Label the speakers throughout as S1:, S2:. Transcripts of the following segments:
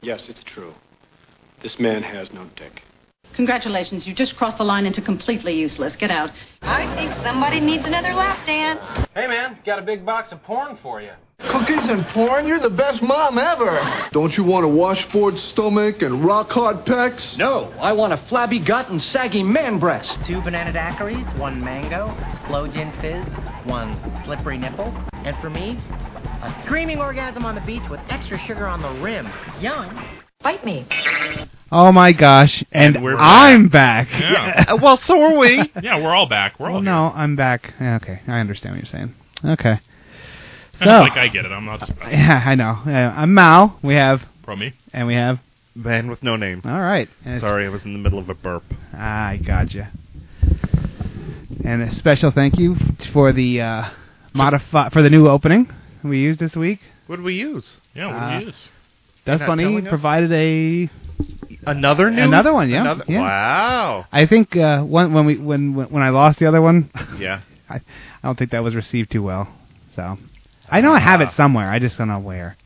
S1: Yes, it's true. This man has no dick.
S2: Congratulations, you just crossed the line into completely useless. Get out.
S3: I think somebody needs another lap dance.
S4: Hey, man, got a big box of porn for you.
S5: Cookies and porn? You're the best mom ever.
S6: Don't you want a washboard stomach and rock hard pecs?
S7: No, I want a flabby gut and saggy man breast.
S8: Two banana daiquiris, one mango, slow gin fizz, one slippery nipple, and for me, a screaming orgasm on the beach with extra sugar on the rim. Yum. Bite me.
S9: Oh my gosh! And,
S10: And we're back.
S9: I'm back.
S10: Yeah.
S11: Uh,
S9: Yeah, well, so are we.
S10: Yeah, we're all back. We're all
S9: well,
S10: here.
S9: no, I'm back. Yeah, Okay, I understand what you're saying. Okay. So
S10: like I get it. I'm not.
S9: yeah, I know. Yeah, I'm Mao. We have
S10: From me.
S9: and we have.
S11: Man with no name.
S9: All right. And it's-
S11: Sorry, I was in the middle of a burp.
S9: I gotcha. And a special thank you for the uh, modify for the new opening we used this week.
S11: What did we use?
S10: Yeah, what
S9: Uh,
S10: do you use?
S9: That's
S11: not
S9: funny.
S11: telling us?
S9: Provided a
S11: Another news?
S9: Another one, yeah. Yeah.
S11: Wow.
S9: I think uh, one, when we when when when I lost the other one,
S11: Yeah.
S9: I, I don't think that was received too well. So I know I have it
S11: Ah.
S9: somewhere. I just don't know where.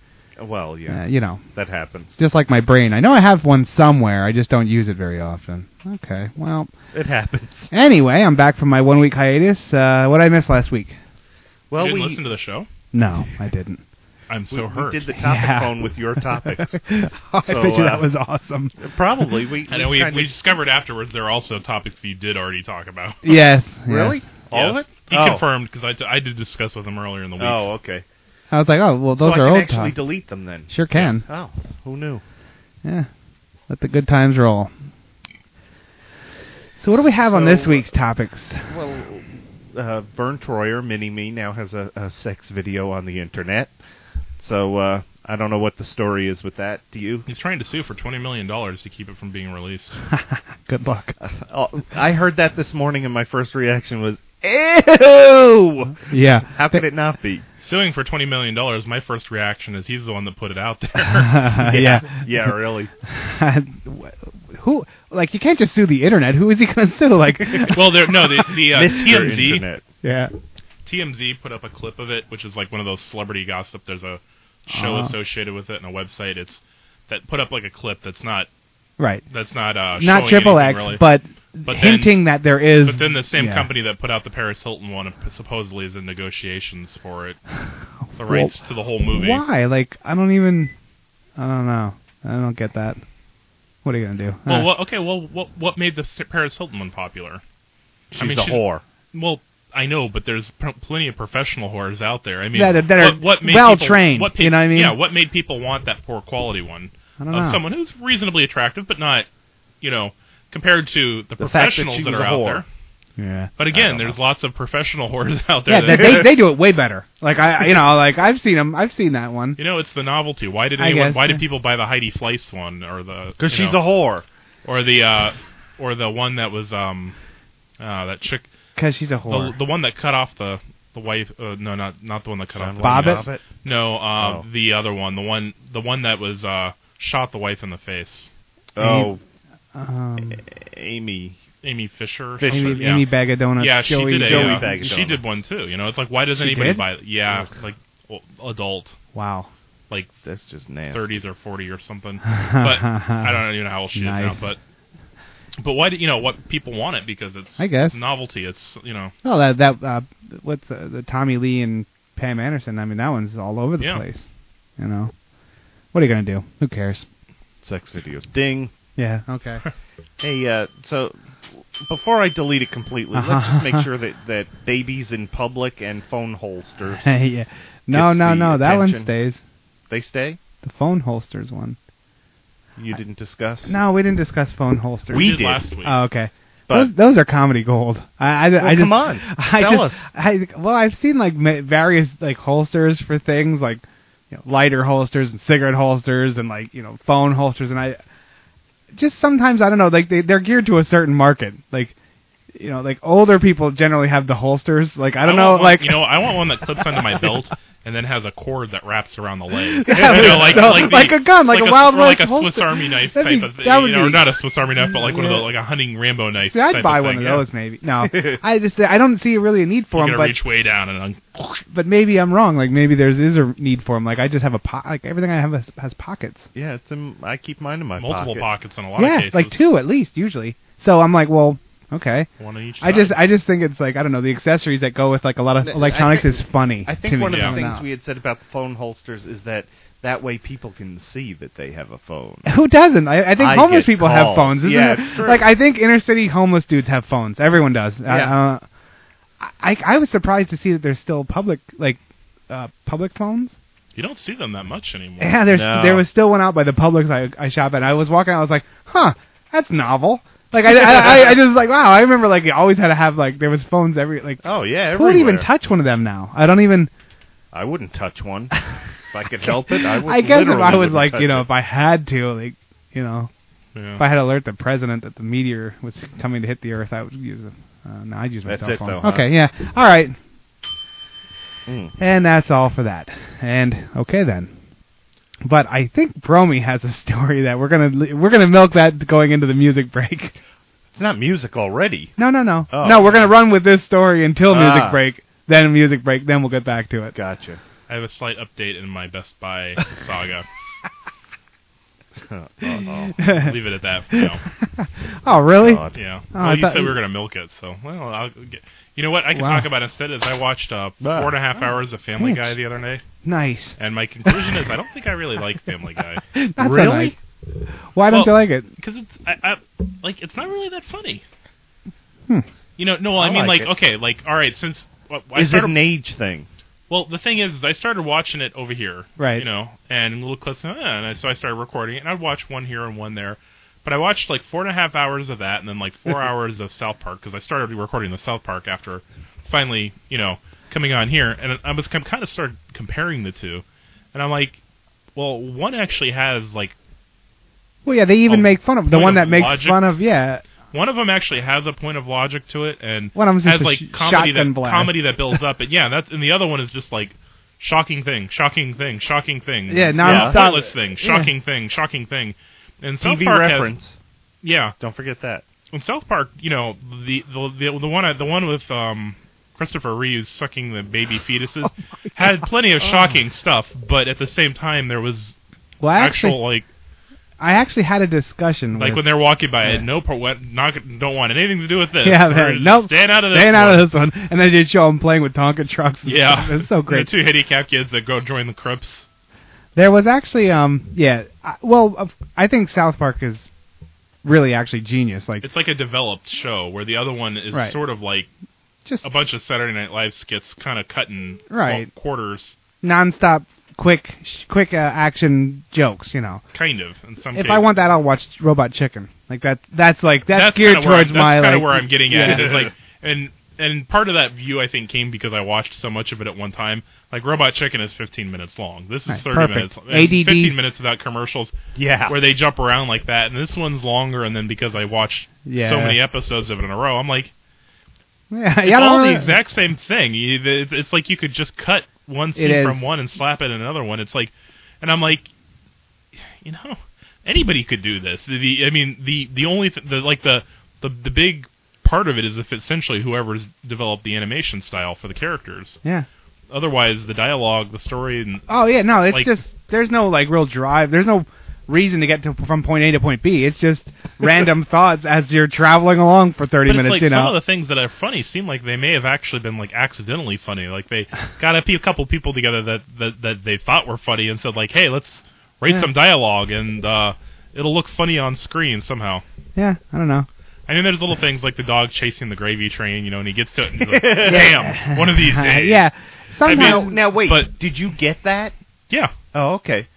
S11: Well, yeah.
S9: Uh, you know,
S11: that happens.
S9: just like my brain. I know I have one somewhere. I just don't use it very often. Okay. Well,
S11: It happens.
S9: anyway, I'm back from my one week hiatus. Uh, what did I miss last week?
S11: Well,
S10: you didn't
S11: we
S10: listen to the show.
S9: No, I didn't.
S10: I'm
S11: we,
S10: so
S11: we
S10: hurt.
S11: did the topic
S9: Yeah. Oh,
S11: phone with your topics.
S9: I
S11: So,
S9: bet you that
S11: uh,
S9: was awesome.
S11: Probably we.
S10: I know we,
S11: kinda-
S10: we discovered afterwards there are also topics you did already talk about.
S9: yes.
S11: really
S9: yes.
S11: all
S10: Yes.
S11: of it.
S10: He
S11: oh.
S10: confirmed because I, t- I did discuss with him earlier in the week.
S11: Oh, okay.
S9: I was like, oh well,
S11: so
S9: those
S11: I
S9: are
S11: can
S9: old
S11: actually
S9: times.
S11: delete them then.
S9: sure can.
S11: Oh, who knew?
S9: Yeah. Let the good times roll. So what do we have on this
S11: So- uh,
S9: week's topics?
S11: Well, uh, Vern Troyer, Mini Me, now has a, a sex video on the internet. So uh, I don't know what the story is with that. Do you?
S10: He's trying to sue for twenty million dollars to keep it from being released.
S9: good luck.
S11: Oh, I heard that this morning, and my first reaction was, "Ew!"
S9: Yeah.
S11: How could it not be?
S10: Suing for twenty million dollars. My first reaction is he's the one that put it out there.
S9: yeah.
S11: yeah, really.
S9: Who? Like, you can't just sue the internet. Who is he going to sue? Like,
S10: well, there no the, the uh,
S11: Mr.
S10: TMZ
S11: Internet.
S9: yeah.
S10: TMZ put up a clip of it, which is like one of those celebrity gossip. There's a show
S9: Ah.
S10: associated with it and a website. It's that put up like a clip that's not
S9: Right.
S10: that's not uh,
S9: Not
S10: showing
S9: triple
S10: anything
S9: X,
S10: really.
S9: but,
S10: But
S9: hinting that there is.
S10: But then the same
S9: yeah.
S10: company that put out the Paris Hilton one supposedly is in negotiations for it, the rights to the whole movie.
S9: Why? Like, I don't even. I don't know. I don't get that. What are you going to do?
S10: Well,
S9: Uh,
S10: what, okay, well, what what made the S- Paris Hilton one popular?
S11: She's
S10: mean,
S11: a
S10: she's-
S11: whore.
S10: Well, I know, but there's p- plenty of professional whores out there. I mean,
S9: That are- that are
S10: what, what made
S9: well-trained,
S10: people- What
S9: you know what I mean?
S10: Yeah, what made people want that poor quality one
S9: I don't
S10: of
S9: know.
S10: someone who's reasonably attractive, but not, you know, compared to the,
S11: The fact that she
S10: professionals
S11: was a
S10: are out
S11: whore.
S10: there.
S9: yeah.
S10: But
S11: I
S10: again,
S11: don't
S10: there's lots of professional whores out there.
S9: Yeah,
S10: that,
S9: that they they do it way better. Like I, you know, like I've seen them. I've seen that one.
S10: you know, it's the novelty. Why did
S9: I
S10: anyone?
S9: guess,
S10: why
S9: yeah.
S10: did people buy the Heidi Fleiss one or the?
S11: Because
S10: you
S11: she's
S10: know,
S11: a whore.
S10: or the uh, or the one that was um, uh, that chick,
S9: Because she's a
S10: the,
S9: whore.
S10: the one that cut off the the wife. Uh, no, not not the one that cut off the
S9: Bobbitt?
S10: wife. No, uh,
S11: Oh.
S10: the other one, the one the one that was uh, shot the wife in the face.
S11: Oh,
S9: um,
S11: Amy.
S10: Amy Fisher. or
S11: Fisher,
S9: Amy,
S10: something, yeah.
S9: Amy Bag of Donuts.
S10: yeah,
S9: Joey,
S10: she did. A,
S11: Joey
S10: uh,
S11: Bag of
S10: she
S11: Donuts.
S10: did one too. You know, it's like why does
S9: She
S10: anybody
S9: did?
S10: buy it? Yeah,
S11: Ugh.
S10: like o- adult,
S9: Wow.
S10: like
S11: That's just nasty.
S10: 30s or 40 or something. But I don't even know how old she
S9: Nice.
S10: is now. But but why do you know what people want it because it's
S9: I guess.
S10: novelty. It's you know
S9: Oh, that that uh, what's uh, the Tommy Lee and Pam Anderson? I mean, that one's all over the
S10: Yeah.
S9: place. You know, what are you gonna do? Who cares?
S11: Sex videos. Ding.
S9: Yeah. Okay.
S11: Hey, uh, so before I delete it completely, let's just
S7: Uh-huh.
S11: make sure that, that babies in public and phone holsters
S9: yeah. No,
S11: Gets
S9: no,
S11: the
S9: no. That one
S11: attention.
S9: stays.
S11: they stay.
S9: The phone holsters one.
S11: You didn't discuss.
S9: No, we didn't discuss phone holsters.
S11: We
S10: did
S11: did.
S10: last week.
S9: Oh, okay.
S11: But-
S9: those, those are comedy gold. I, I, I just,
S11: come on.
S9: I
S11: Tell
S9: just,
S11: us.
S9: I, well, I've seen like ma- various like holsters for things like you know, lighter holsters and cigarette holsters and like you know phone holsters and I just sometimes I don't know like they they're geared to a certain market. Like you know, like older people generally have the holsters. Like I don't
S10: I
S9: know,
S10: want one-
S9: like
S10: you know, I want one that clips onto my belt and then has a cord that wraps around the leg.
S9: Yeah,
S10: you know, like,
S9: so-
S10: like, the-
S9: like a gun, like a Wild
S10: or like
S9: West
S10: a Swiss
S9: holster.
S10: Army knife
S9: That'd
S10: type
S9: be-
S10: of thing,
S9: that would
S10: you know,
S9: be-
S10: or not a Swiss Army knife, but like one of
S9: Yeah.
S10: the like a hunting Rambo knife.
S9: See, I'd
S10: type
S9: buy
S10: of
S9: one
S10: thing,
S9: of
S10: yeah.
S9: those maybe. No, I just I don't see really a need for
S10: You
S9: them, but
S10: gotta reach way down and un-
S9: but maybe I'm wrong. Like maybe there's is a need for them. Like I just have a po- like everything I have has, has pockets.
S11: Yeah, it's in, I keep mine in my
S10: multiple pockets in a lot
S9: yeah,
S10: of cases.
S9: like two at least usually. So I'm like, well, okay.
S10: One on each
S9: I
S10: side.
S9: just I just think it's like I don't know the accessories that go with like a lot of
S11: N- I
S9: electronics
S11: think-
S9: is funny.
S11: I
S9: to
S11: think
S9: me.
S11: one of
S9: I
S11: the
S9: don't
S11: things
S9: know.
S11: we had said about the phone holsters is that that way people can see that they have a phone.
S9: Who doesn't? I, I think
S11: I
S9: homeless
S11: get
S9: people have
S11: calls.
S9: phones. Isn't
S11: Yeah,
S9: it?
S11: it's true.
S9: Like I think inner city homeless dudes have phones. Everyone does. Uh, uh, I I was surprised to see that there's still public like uh, public phones.
S10: You don't see them that much anymore.
S9: Yeah, there's
S11: No.
S9: there was still one out by the Publix I I shop at. I was walking, out, I was like, huh, that's novel. Like I I, I, I just like wow. I remember like you always had to have like there was phones every like.
S11: Oh yeah,
S9: Who would even
S11: everywhere.
S9: touch one of them now? I don't even.
S11: I wouldn't touch one if I could help it. I, would
S9: I guess if
S11: literally
S9: I was
S11: wouldn't
S9: like
S11: touch
S9: you know
S11: it.
S9: if I had to like you know
S10: Yeah.
S9: if I had to alert the president that the meteor was coming to hit the Earth, I would use it. Uh, no, I'd use my
S11: That's
S9: cell
S11: it,
S9: phone.
S11: though, huh?
S9: Okay, yeah, all right,
S11: Mm.
S9: and that's all for that. And okay then. But I think Bromy has a story that we're gonna li- we're gonna milk that going into the music break.
S11: It's not music already.
S9: No, no, no,
S11: Oh.
S9: no. We're gonna run with this story until music
S11: Ah.
S9: break, then music break, then we'll get back to it.
S11: Gotcha.
S10: I have a slight update in my Best Buy saga.
S11: Uh, oh.
S10: Leave it at that for now.
S9: oh, really?
S11: God.
S10: Yeah.
S9: Oh, I
S10: well, you
S9: thought-
S10: said we were going to milk it, so well, I'll get. You know what? I can
S9: Wow.
S10: talk about instead is I watched uh,
S11: Ah.
S10: four and a half hours of Family
S9: Thanks.
S10: Guy the other day,
S9: Nice.
S10: and my conclusion is I don't think I really like Family Guy
S9: Not so
S11: Really?
S9: nice. Why don't
S10: Well-
S9: you like it?
S10: because it's I, I, like it's not really that funny.
S9: Hmm.
S10: You know, no, well, I,
S11: I
S10: mean,
S11: like
S10: like,
S11: it.
S10: okay, like, all right, since well, I
S11: Is it
S10: started,
S11: an age thing?
S10: well, the thing is, is I started watching it over here,
S9: Right.
S10: You know, and little clips, uh, and I, so I started recording it, and I'd watch one here and one there. But I watched like four and a half hours of that, and then like four hours of South Park because I started recording the South Park after finally, you know, coming on here, and I was com- kind of started comparing the two, and I'm like, well, one actually has like
S9: Well, yeah, they even
S10: Oh,
S9: make fun of the
S10: point
S9: one
S10: of
S9: that makes
S10: logic.
S9: fun of yeah.
S10: One of them actually has a point of logic to it, and
S9: One of 'em's just
S10: has
S9: a
S10: like
S9: sh-
S10: comedy
S9: shotgun
S10: that
S9: blast.
S10: comedy that builds up. But yeah, that's and the other one is just like shocking thing, shocking thing, shocking thing.
S9: Yeah,
S10: Uh,
S9: nonstop.
S10: pointless thing,
S9: Yeah.
S10: shocking thing, shocking thing. And South
S11: TV
S10: Park has-
S11: reference.
S10: yeah,
S11: Don't forget that.
S10: in South Park, you know the the the, the one I- the one with um, Christopher Reeves sucking the baby
S9: Oh
S10: fetuses had plenty of shocking stuff, but at the same time there was
S9: Well, I actually,
S10: actual like
S9: I actually had a discussion
S10: like
S9: with
S10: when they're walking by
S9: Yeah.
S10: it, no pro- what, not don't want anything to do with this.
S9: yeah,
S10: We're
S9: they're,
S10: just
S9: nope,
S10: staying out of this.
S9: staying out
S10: one.
S9: of this one, and then they show them playing with Tonka trucks. And
S10: Yeah,
S9: stuff. it's so great.
S10: The two handicapped kids that go join the Crips.
S9: There was actually, um, yeah, I, well, of- I think South Park is really actually genius. Like,
S10: It's like a developed show where the other one is
S9: Right.
S10: sort of like
S9: just
S10: a bunch of Saturday Night Live skits, kind of cutting
S9: Right.
S10: quarters,
S9: nonstop, quick, sh- quick uh, action jokes. You know,
S10: kind of. In some
S9: if
S10: cases.
S9: I want that, I'll watch Robot Chicken. Like that. That's like that's,
S10: that's
S9: geared
S10: kinda where
S9: towards
S10: I'm,
S9: my
S10: That's kinda
S9: like
S10: where I'm getting
S9: yeah.
S10: at. It is like, and and part of that view I think came because I watched so much of it at one time. Like Robot Chicken is 15 minutes long. This is
S9: Right,
S10: 30
S9: perfect.
S10: minutes. and
S9: ADD.
S10: 15 minutes without commercials.
S11: Yeah.
S10: Where they jump around like that, and this one's longer. And then because I watched
S9: Yeah.
S10: so many episodes of it in a row, I'm like.
S9: yeah,
S10: It's
S9: yeah, I don't
S10: all
S9: really-
S10: the exact same thing. You, the- it's- it's like you could just cut one
S9: is.
S10: scene from one and slap it in another one. It's like, and I'm like, you know, anybody could do this. The, the- I mean, the the only th- the like the, the the big part of it is if essentially whoever's developed the animation style for the characters.
S9: Yeah.
S10: Otherwise, the dialogue, the story, and
S9: Oh yeah, no, it's
S10: Like-
S9: just there's no like real drive. There's no reason to get to from point A to point B. It's just random thoughts as you're traveling along for 30
S10: but
S9: minutes.
S10: It's like
S9: you
S10: some
S9: know,
S10: of the things that are funny seem like they may have actually been like accidentally funny. Like they got a pe- couple people together that, that that they thought were funny and said like, "Hey, let's write
S9: Yeah.
S10: some dialogue and uh, it'll look funny on screen somehow."
S9: yeah, I don't know.
S10: I mean, there's little things like the dog chasing the gravy train, you know, and he gets to it and he's like, "Damn, one of these days."
S9: yeah,
S10: I
S9: somehow.
S10: mean-
S11: now wait,
S10: but-
S11: did you get that?
S10: yeah.
S11: Oh, okay.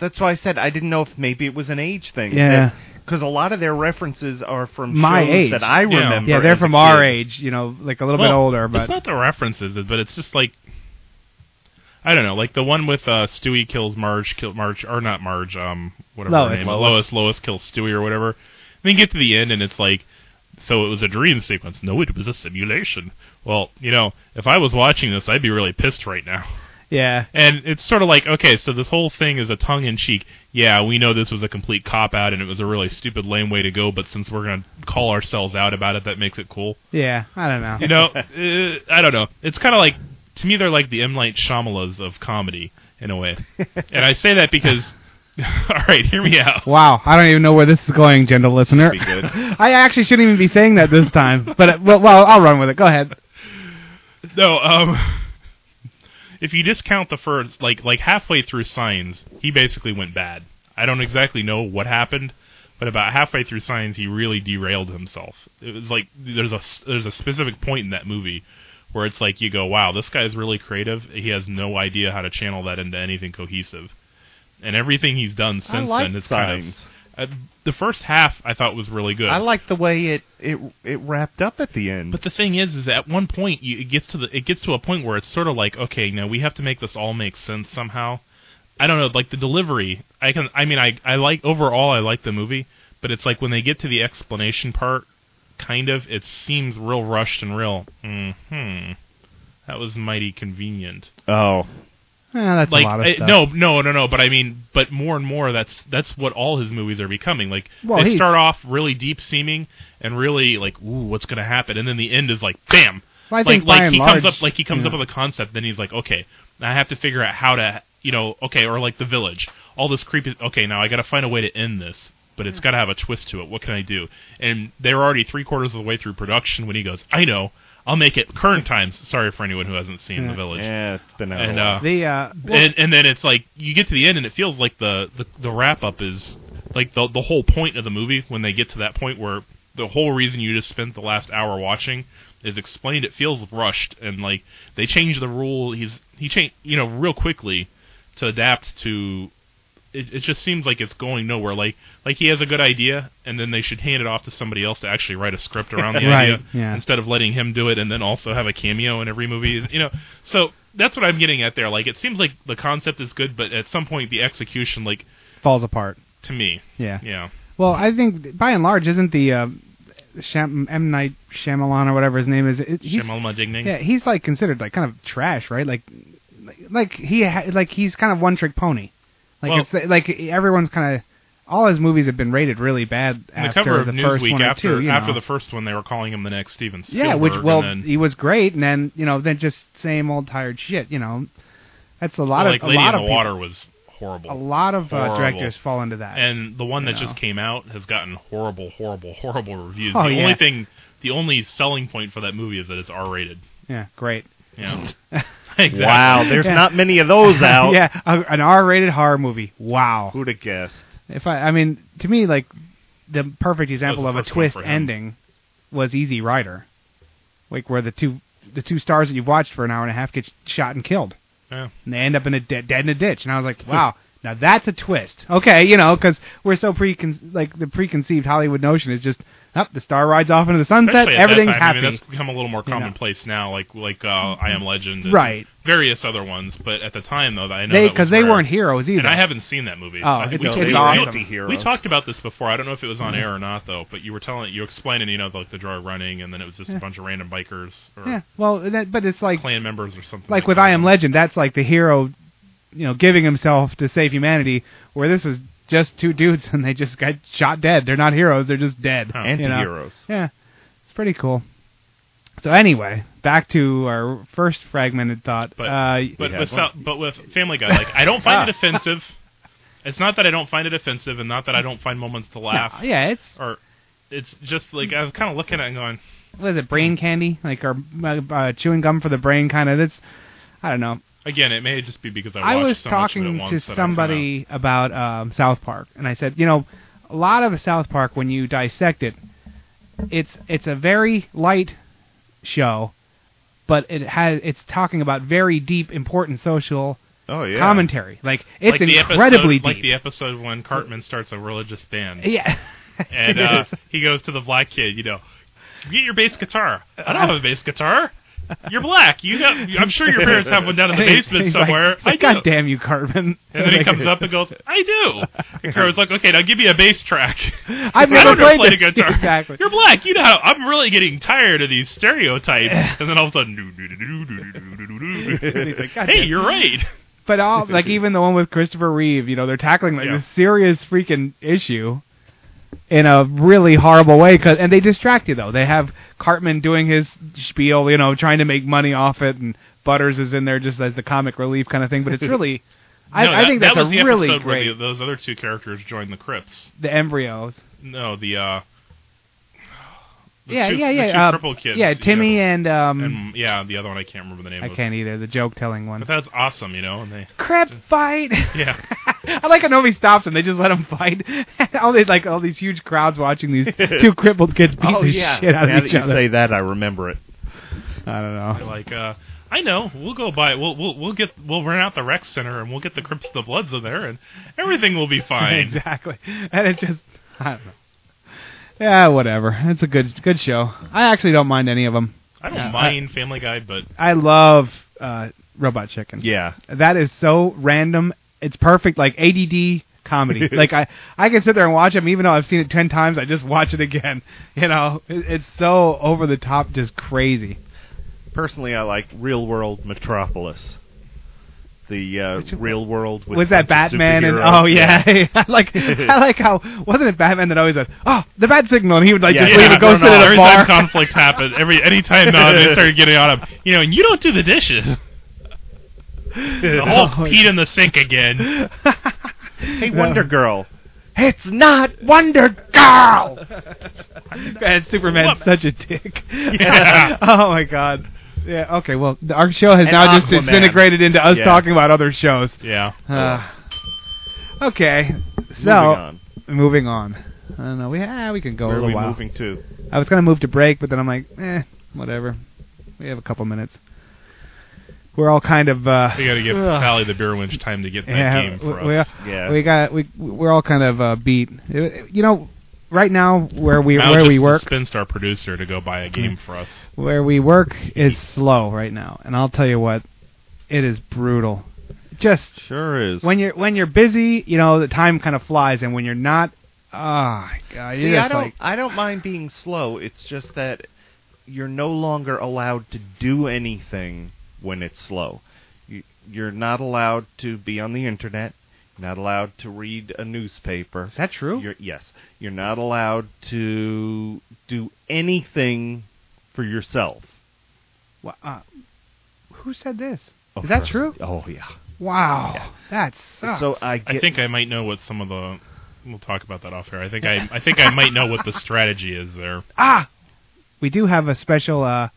S11: That's why I said I didn't know if maybe it was an age thing.
S9: Yeah.
S11: Because a lot of their references are from
S9: My
S11: shows
S9: age.
S11: that I
S10: Yeah.
S11: remember.
S9: yeah, they're
S11: as a
S9: from our
S11: kid.
S9: age. You know, like a little bit
S10: Well,
S9: older, but
S10: it's not the references, but it's just like I don't know, like the one with uh, Stewie kills Marge, kill Marge or not Marge, um, whatever
S9: Lois.
S10: her name,
S9: Lois.
S10: Lois, Lois kills Stewie or whatever. And then you get to the end and it's like So it was a dream sequence. No, it was a simulation. Well, you know, if I was watching this, I'd be really pissed right now.
S9: Yeah.
S10: And it's sort of like, okay, so this whole thing is a tongue in cheek. Yeah, we know this was a complete cop out and it was a really stupid, lame way to go, but since we're going to call ourselves out about it, that makes it cool.
S9: Yeah, I don't know.
S10: You know, uh, I don't know. It's kind of like, to me, they're like the M. Night Shyamalas of comedy, in a way. and I say that because, all right, hear me out.
S9: Wow, I don't even know where this is going, gentle listener.
S11: Be good.
S9: I actually shouldn't even be saying that this time, but uh, well, well, I'll run with it. Go ahead. Eh,
S10: No, um, if you discount the first, like like halfway through Signs, he basically went bad. I don't exactly know what happened, but about halfway through Signs, he really derailed himself. It was like there's a there's a specific point in that movie where it's like you go, wow, this guy's really creative. He has no idea how to channel that into anything cohesive, and everything he's done since
S11: like
S10: then is
S11: Signs.
S10: kind of. Uh, the first half I thought was really good.
S11: I like the way it, it it wrapped up at the end.
S10: But the thing is, is at one point you, it gets to the it gets to a point where it's sort of like, okay, now we have to make this all make sense somehow. I don't know, like the delivery. I can, I mean, I I like overall, I like the movie, but it's like when they get to the explanation part, kind of, it seems real rushed and real. Hmm, that was mighty convenient.
S11: oh,
S9: Eh, that's
S10: like
S9: a lot of
S10: I-
S9: stuff.
S10: no, no, no, no. But I mean, but more and more, that's that's what all his movies are becoming. Like
S9: Well,
S10: they
S9: he-
S10: start off really deep seeming and really like, ooh, what's gonna happen? And then the end is like, bam.
S9: Well, I
S10: like
S9: think by
S10: like
S9: and
S10: he
S9: large,
S10: comes up like he comes
S9: yeah.
S10: up with a concept, then he's like, okay, I have to figure out how to, you know, okay, or like the village, all this creepy. Okay, now I got to find a way to end this. But it's got to have a twist to it. What can I do? And they're already three quarters of the way through production when he goes, "I know, I'll make it current times." Sorry for anyone who hasn't seen The
S9: Yeah.
S10: Village.
S11: yeah, it's been out.
S10: And,
S11: a
S10: uh,
S11: while.
S9: The uh, well,
S10: and and then it's like you get to the end and it feels like the the, the wrap up is like the the whole point of the movie when they get to that point where the whole reason you just spent the last hour watching is explained it feels rushed and like they change the rule he's he changed you know real quickly to adapt to it, it just seems like it's going nowhere like like he has a good idea and then they should hand it off to somebody else to actually write a script around the
S9: Right,
S10: idea
S9: yeah.
S10: instead of letting him do it and then also have a cameo in every movie you know so that's what i'm getting at there like it seems like the concept is good but at some point the execution like
S9: falls apart.
S10: to me
S9: Yeah.
S10: yeah
S9: Well, I think by and large, isn't the uh, Sham- M Night Shyamalan or whatever his name is? It, he's,
S10: Shyamalan Dignan.
S9: yeah, he's like considered like kind of trash, right? Like, like- like he ha- like he's kind of one trick pony. Like
S10: Well-
S9: it's like everyone's kind of all his movies have been rated really bad
S10: And the
S9: after
S10: cover of
S9: the first
S10: Newsweek
S9: one or
S10: after
S9: two, you
S10: after
S9: know.
S10: the first one they were calling him the next Steven Spielberg.
S9: yeah, which well
S10: and then,
S9: he was great, and then you know then just same old tired shit, you know. That's a lot
S10: like
S9: of a
S10: Lady
S9: lot
S10: in
S9: of
S10: the
S9: people-
S10: Water was horrible.
S9: a lot of uh,
S10: Horrible.
S9: directors fall into that.
S10: and the one that
S9: You
S10: just
S9: know.
S10: came out has gotten horrible, horrible, horrible reviews.
S9: Oh,
S10: the
S9: yeah.
S10: only thing, the only selling point for that movie is that it's R-rated.
S9: yeah, great.
S10: Yeah, exactly.
S11: Wow, there's
S9: Yeah.
S11: not many of those out.
S9: yeah, a, an R-rated horror movie. Wow.
S11: Who'd have guessed?
S9: If I, I mean, to me, like the perfect example
S10: the
S9: of a
S10: first one
S9: twist
S10: for him.
S9: ending was Easy Rider, like where the two the two stars that you've watched for an hour and a half get shot and killed,
S10: Yeah.
S9: and they end up in a de- dead in a ditch. And I was like, wow. Now that's a twist, okay? You know, because we're so precon like the preconceived Hollywood notion is just, up the star rides off into the sunset,
S10: Especially at that
S9: everything's
S10: time,
S9: happy.
S10: I mean, that's become a little more
S9: You know.
S10: commonplace now, like like uh, I Am Legend, and
S9: Right.
S10: Various other ones, but at the time though, I know
S9: they
S10: that was
S9: because they
S10: rare.
S9: weren't heroes either.
S10: And I haven't seen that movie.
S9: Oh,
S10: I think
S9: it's-
S10: we,
S9: it's
S10: we- we-
S9: awesome.
S11: Anti-heroes.
S10: we talked about this before. I don't know if it was on air or not, though. But you were telling, you explained, you know, like the draw running, and then it was just a bunch of random bikers or
S9: yeah, well, that, but it's like
S10: clan members or something.
S9: like
S10: Like,
S9: with
S10: that.
S9: I Am Legend, that's like the hero, you know, giving himself to save humanity. Where this was just two dudes and they just got shot dead. They're not heroes; they're just dead.
S10: Huh.
S9: you know?
S11: Anti-heroes.
S9: Yeah, it's pretty cool. So anyway, back to our first fragmented thought.
S10: But-
S9: uh,
S10: But
S11: We
S10: with
S11: have one.
S10: Sou- but with Family Guy, like I don't find it offensive. It's not that I don't find it offensive, and not that I don't find moments to laugh.
S9: yeah, it's
S10: Or it's just like I was kind of looking at it and going,
S9: what is it brain candy, like or uh, uh, chewing gum for the brain, kind of. That's I don't know.
S10: again, it may just be because I,
S9: I
S10: watched
S9: was
S10: so much of it
S9: talking
S10: once
S9: to
S10: that I don't know.
S9: somebody about um, South Park, and I said, you know, a lot of the South Park, when you dissect it, it's it's a very light show, but it has it's talking about very deep, important social
S11: Oh yeah.
S9: commentary. Like it's
S10: like the
S9: incredibly
S10: episode, like
S9: deep.
S10: the episode when Cartman starts a religious band.
S9: yeah.
S10: and uh, he goes to the black kid, you know, get your bass guitar. I don't have a bass guitar. You're black. You got. I'm sure your parents have one down in the basement
S9: He's like-
S10: somewhere.
S9: he's like,
S10: I do.
S9: God damn you, Cartman.
S10: And then he comes up and goes, "I do." And Kermit's like, "Okay, now give me a bass track."
S9: I've
S10: I
S9: never
S10: don't know
S9: played
S10: play the
S9: this.
S10: guitar.
S9: Exactly.
S10: You're black. You know how I'm really getting tired of these stereotypes. And then all of a sudden, doo, doo, doo, doo, doo, doo, doo, doo, doo, doo.
S9: He's like, "God
S10: hey,
S9: damn."
S10: you're right.
S9: But all like even the one with Christopher Reeve, you know, they're tackling like
S10: Yeah.
S9: this serious freaking issue in a really horrible way. Cause, and they distract you though. They have Cartman doing his spiel, you know, trying to make money off it, and Butters is in there just as the comic relief kind of thing. But it's really, I,
S10: No,
S9: I think
S10: that,
S9: that's
S10: that was
S9: a
S10: the
S9: really
S10: episode
S9: great
S10: Where the, those other two characters joined the Crips.
S9: the embryos.
S10: No, the uh, the
S9: yeah,
S10: two,
S9: yeah,
S10: the
S9: yeah,
S10: two
S9: uh,
S10: cripple kids.
S9: Yeah, Timmy
S10: yeah.
S9: and um,
S10: and yeah, the other one I can't remember the name.
S9: I
S10: of.
S9: can't either. The joke telling one.
S10: But that's awesome, you know. And they
S9: crap fight.
S10: Yeah.
S9: I like how nobody stops them. They just let them fight. all these like all these huge crowds watching these two crippled kids beat
S11: oh
S9: the
S11: yeah.
S9: shit out
S11: now
S9: of
S11: that
S9: each
S11: you
S9: other.
S11: say that, I remember it.
S9: I don't
S10: They're
S9: know.
S10: like, uh, I know, we'll go by, we'll we'll we'll get, we'll rent out the rec center and we'll get the Crips, the Bloods in there, and everything will be fine.
S9: exactly. And it just I don't know. Yeah, whatever. It's a good good show. I actually don't mind any of them.
S10: I don't
S9: Yeah, I-
S10: mind Family Guy, but
S9: I love uh, Robot Chicken.
S11: Yeah.
S9: That is so random. It's perfect, like ADD comedy. like I, I can sit there and watch them, even though I've seen it ten times. I just watch it again. You know, it, it's so over the top, just crazy.
S11: Personally, I like Real World Metropolis. The uh, Real World with
S9: Was
S11: a
S9: that
S11: bunch of
S9: Batman? And
S11: superheroes.
S9: oh yeah, I like I like how wasn't it Batman that always said, "Oh, the bat signal," and he would like
S11: Yeah,
S9: just
S11: yeah.
S9: leave it, go
S11: No,
S9: sit at a
S10: every
S9: bar.
S10: time conflicts happen, every any time now they start getting on him, you know, and you don't do the dishes. The
S9: Oh,
S10: whole peed in the sink again.
S11: Hey, Wonder Girl.
S9: It's not Wonder Girl. and Superman's
S10: Woman.
S9: such a dick.
S11: Yeah.
S9: oh my god. Yeah. Okay. Well, th- our show has
S11: And
S9: now just
S11: Aquaman.
S9: disintegrated into us
S11: Yeah.
S9: talking about other shows.
S10: Yeah.
S9: Uh, okay. So
S11: Moving on.
S9: moving on. I don't know. We ah, we can go
S11: Where
S9: a
S11: are
S9: little
S11: we
S9: while.
S11: moving to?
S9: I was gonna move to break, but then I'm like, eh, whatever. We have a couple minutes. We're all kind of. Uh,
S10: We got to give
S9: ugh.
S10: Sally the beer winch time to get that
S9: Yeah,
S10: game for
S9: we, we
S10: us.
S9: all-
S11: Yeah.
S9: we got we we're all kind of uh, beat. Uh, You know, right now where we
S10: Mal
S9: where
S10: just
S9: we work
S10: convinced our producer to go buy a game for us.
S9: where we work is slow right now, and I'll tell you what, it is brutal. Just
S11: Sure is.
S9: when you're when you're busy, you know the time kind of flies, and when you're not, ah, oh, God,
S11: See,
S9: you're
S11: I
S9: just
S11: don't.
S9: like,
S11: I don't mind being slow. It's just that you're no longer allowed to do anything when it's slow. You, you're not allowed to be on the internet. You're not allowed to read a newspaper.
S9: is that true?
S11: You're, yes, you're not allowed to do anything for yourself.
S9: Wha- uh, who said this?
S11: Of
S9: Is that
S11: course.
S9: true?
S11: Oh yeah.
S9: Wow, that sucks.
S11: So I get.
S10: I think I might know what some of the. We'll talk about that off air. I think I, I think I might know what the strategy is there.
S9: ah, we do have a special. Uh,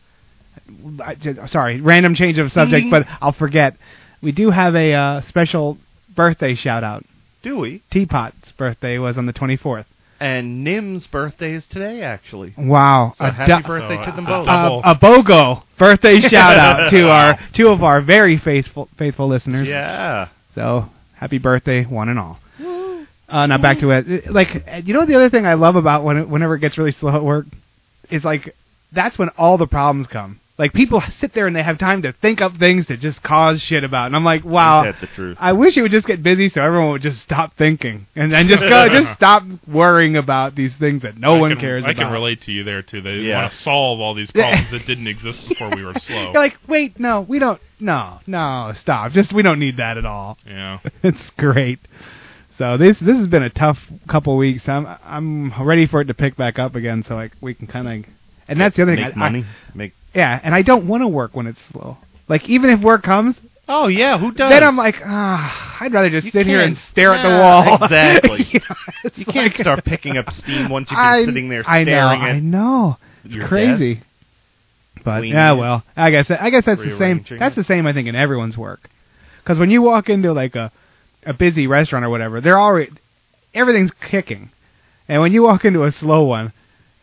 S9: I just- sorry, random change of subject, but I'll forget. We do have a uh, special birthday shout out.
S11: Dewey
S9: Teapot's birthday was on the 24th.
S11: and Nim's birthday is today, actually.
S9: Wow,
S11: So
S9: a
S11: happy
S9: du-
S11: birthday to them
S10: uh,
S11: both.
S10: uh,
S9: a, a bogo birthday shout out to our two of our very faithful faithful listeners.
S11: yeah.
S9: So happy birthday, one and all. Uh, now back to it. Like uh, you know, the other thing I love about when it, whenever it gets really slow at work is like that's when all the problems come. Like people sit there and they have time to think up things to just cause shit about, and I'm like, wow.
S11: Ain't that the truth?
S9: I wish it would just get busy so everyone would just stop thinking and then just go, just stop worrying about these things that no
S10: I
S9: one
S10: can-
S9: cares
S10: I
S9: about.
S10: can relate to you there too. They
S11: Yeah.
S10: want to solve all these
S9: Yeah.
S10: problems that didn't exist before we were slow.
S9: You're like, wait, no, we don't. No, no, stop. Just we don't need that at all.
S10: yeah.
S9: it's great. So this this has been a tough couple weeks. I'm I'm ready for it to pick back up again, so like we can kind of. And that's the other
S11: Make
S9: thing. I- I-
S11: money. Make.
S9: yeah, and I don't want to work when it's slow. Like even if work comes,
S11: Oh yeah. Who does?
S9: then I'm like, ah, I'd rather just
S11: You
S9: sit here
S11: can't-
S9: and stare at the
S11: yeah,
S9: wall.
S11: exactly.
S9: You know, it's
S11: You can't
S9: like-
S11: start picking up steam once you've been
S9: I-
S11: sitting there
S9: I
S11: staring
S9: know,
S11: at
S9: I know. It's
S11: your
S9: crazy.
S11: desk.
S9: But
S11: We
S9: yeah,
S11: need
S9: well, I guess I guess that's the same.
S11: Rearranging
S9: That's
S11: it.
S9: the same. I think in everyone's work, because when you walk into like a a busy restaurant or whatever, they're already everything's kicking, and when you walk into a slow one,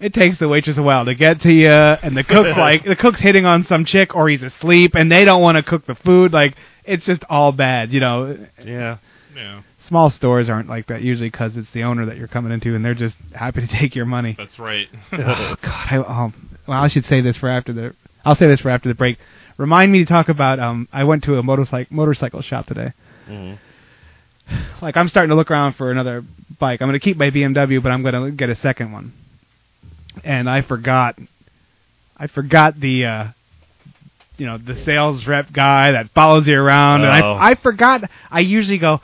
S9: it takes the waitress a while to get to you, and the cook's like the cook's hitting on some chick or he's asleep, and they don't want to cook the food. Like it's just all bad, you know.
S11: Yeah.
S10: Yeah.
S9: Small stores aren't like that usually because it's the owner that you're coming into, and they're just happy to take your money.
S10: That's right.
S9: um, God, I, oh, well, I should say this for after the. I'll say this for after the break. Remind me to talk about. Um, I went to a motorcycle motorcycle shop today. Like I'm starting to look around for another bike. I'm going to keep my BMW, but I'm going to get a second one. And I forgot. I forgot the. Uh, you know the sales rep guy that follows you around, and
S11: Oh.
S9: I I forgot. I usually go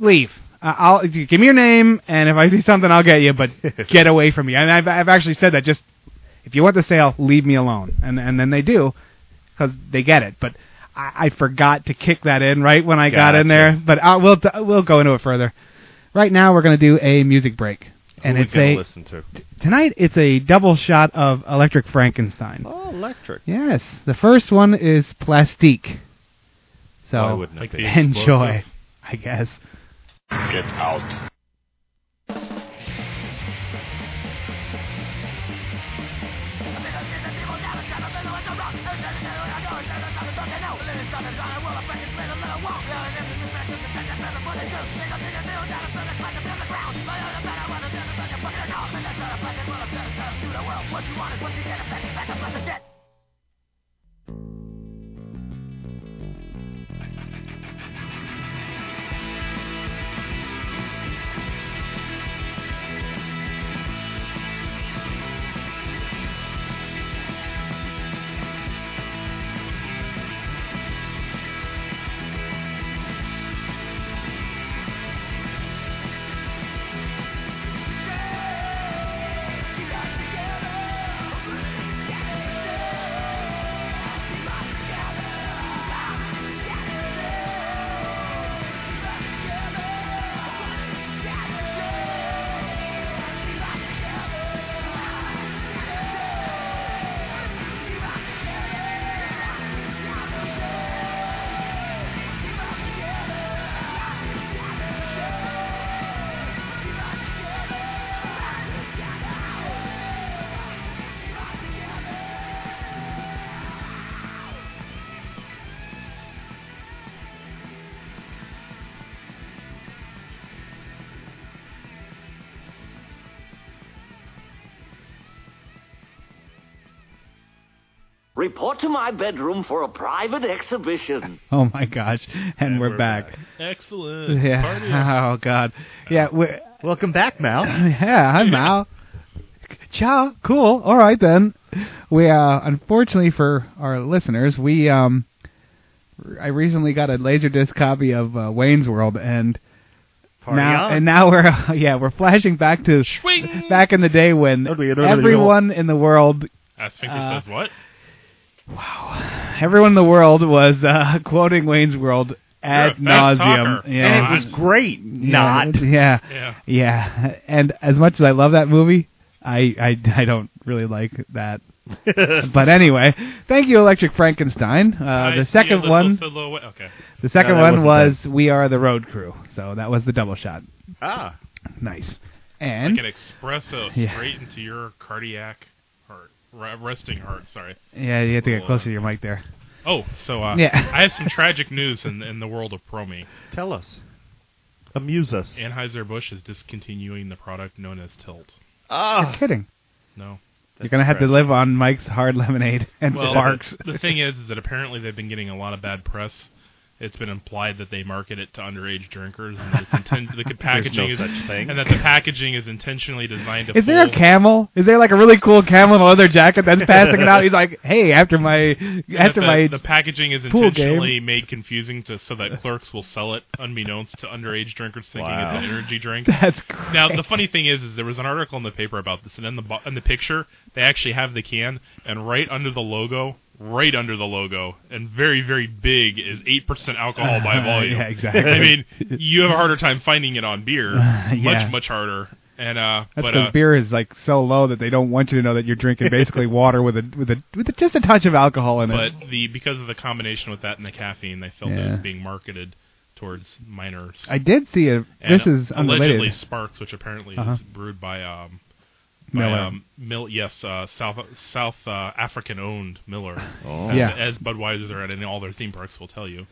S9: leave. Uh, I'll give me your name, and if I see something, I'll get you. But get away from me. And I've I've actually said that. Just if you want the sale, leave me alone. And and then they do because they get it. But I, I forgot to kick that in right when I got in
S11: Gotcha.
S9: there. But I, we'll t- we'll go into it further. Right now, we're gonna do a music break, and
S11: Who we
S9: it's
S11: gonna
S9: a
S11: listen to.
S9: tonight it's a double shot of Electric Frankenstein.
S11: Oh, electric.
S9: Yes, the first one is Plastique. So
S11: Why wouldn't it Like be? the
S9: enjoy,
S11: explosive?
S9: I guess.
S1: Get out.
S12: Report to my bedroom for a private exhibition.
S9: Oh my gosh! And, we're, back.
S10: Excellent. Party up.
S9: Yeah. Oh god. Yeah. We're,
S11: Welcome back, Mal.
S9: yeah. Hi, Mal. Ciao. Cool. All right then. We uh, unfortunately for our listeners, we um, I recently got a laserdisc copy of uh, Wayne's World, and
S11: Party
S9: now
S11: on.
S9: and now we're yeah we're flashing back to
S10: Swing.
S9: back in the day when
S11: That'd be another
S9: everyone in the world
S10: Asphinx
S9: Uh,
S10: says what?
S9: everyone in the world was uh, quoting Wayne's World ad
S10: You're a fast
S9: nauseum.
S10: talker. And
S11: it was great. Not.
S9: Yeah.
S10: Yeah.
S9: Yeah. And as much as I love that movie, I I, I don't really like that. but anyway, thank you, Electric Frankenstein. Uh,
S10: I
S9: the
S10: see a
S9: second
S10: little
S9: one,
S10: fellow wa- Okay.
S9: the second
S11: No, that
S9: one
S11: wasn't
S9: was "We Are the Road Crew," so that was the double shot.
S11: Ah.
S9: Nice. And
S10: Like an espresso
S9: Hmm? Yeah.
S10: straight into your cardiac heart, re- resting heart. Sorry.
S9: yeah, you have to get
S10: Cool.
S9: closer to your mic there.
S10: Oh, so uh,
S9: Yeah.
S10: I have some tragic news in in the world of Promi.
S11: Tell us. Amuse us.
S10: Anheuser Busch is discontinuing the product known as Tilt.
S11: Ah.
S9: Kidding.
S10: No.
S9: You're gonna have to live on Mike's hard lemonade and
S10: Well,
S9: sparks.
S10: The, the thing is, is that apparently they've been getting a lot of bad press. It's been implied that they market it to underage drinkers, and that it's inten- the packaging
S11: no
S10: is
S11: such thing.
S10: and that the packaging is intentionally designed to.
S9: Is there a
S10: fool-
S9: camel? Is there like a really cool camel in a leather jacket that's passing it out? He's like, hey, after my
S10: and
S9: after
S10: that
S9: my
S10: the, the packaging is
S9: pool game.
S10: intentionally made confusing to so that clerks will sell it unbeknownst to underage drinkers thinking
S11: Wow.
S10: it's an energy drink.
S9: that's great.
S10: Now the funny thing is, is there was an article in the paper about this, and in the bo- in the picture they actually have the can, and right under the logo, right under the logo, and very very big is eight percent alcohol by volume.
S9: yeah, exactly.
S10: I mean, you have a harder time finding it on beer,
S9: yeah.
S10: much much harder. And uh,
S9: That's
S10: but
S9: because
S10: uh,
S9: beer is like so low that they don't want you to know that you're drinking basically water with a with a with a, just a touch of alcohol in it.
S10: but the because of the combination with that and the caffeine, they felt it
S9: Yeah.
S10: was being marketed towards minors.
S9: I did see a.
S10: And
S9: This is
S10: allegedly
S9: unrelated.
S10: Sparks, which apparently
S9: Uh-huh.
S10: is brewed by um, by,
S9: Miller.
S10: um, Mill, yes, uh, South South uh, African owned Miller,
S11: Oh.
S10: as,
S9: Yeah.
S10: as Budweiser and all their theme parks will tell you,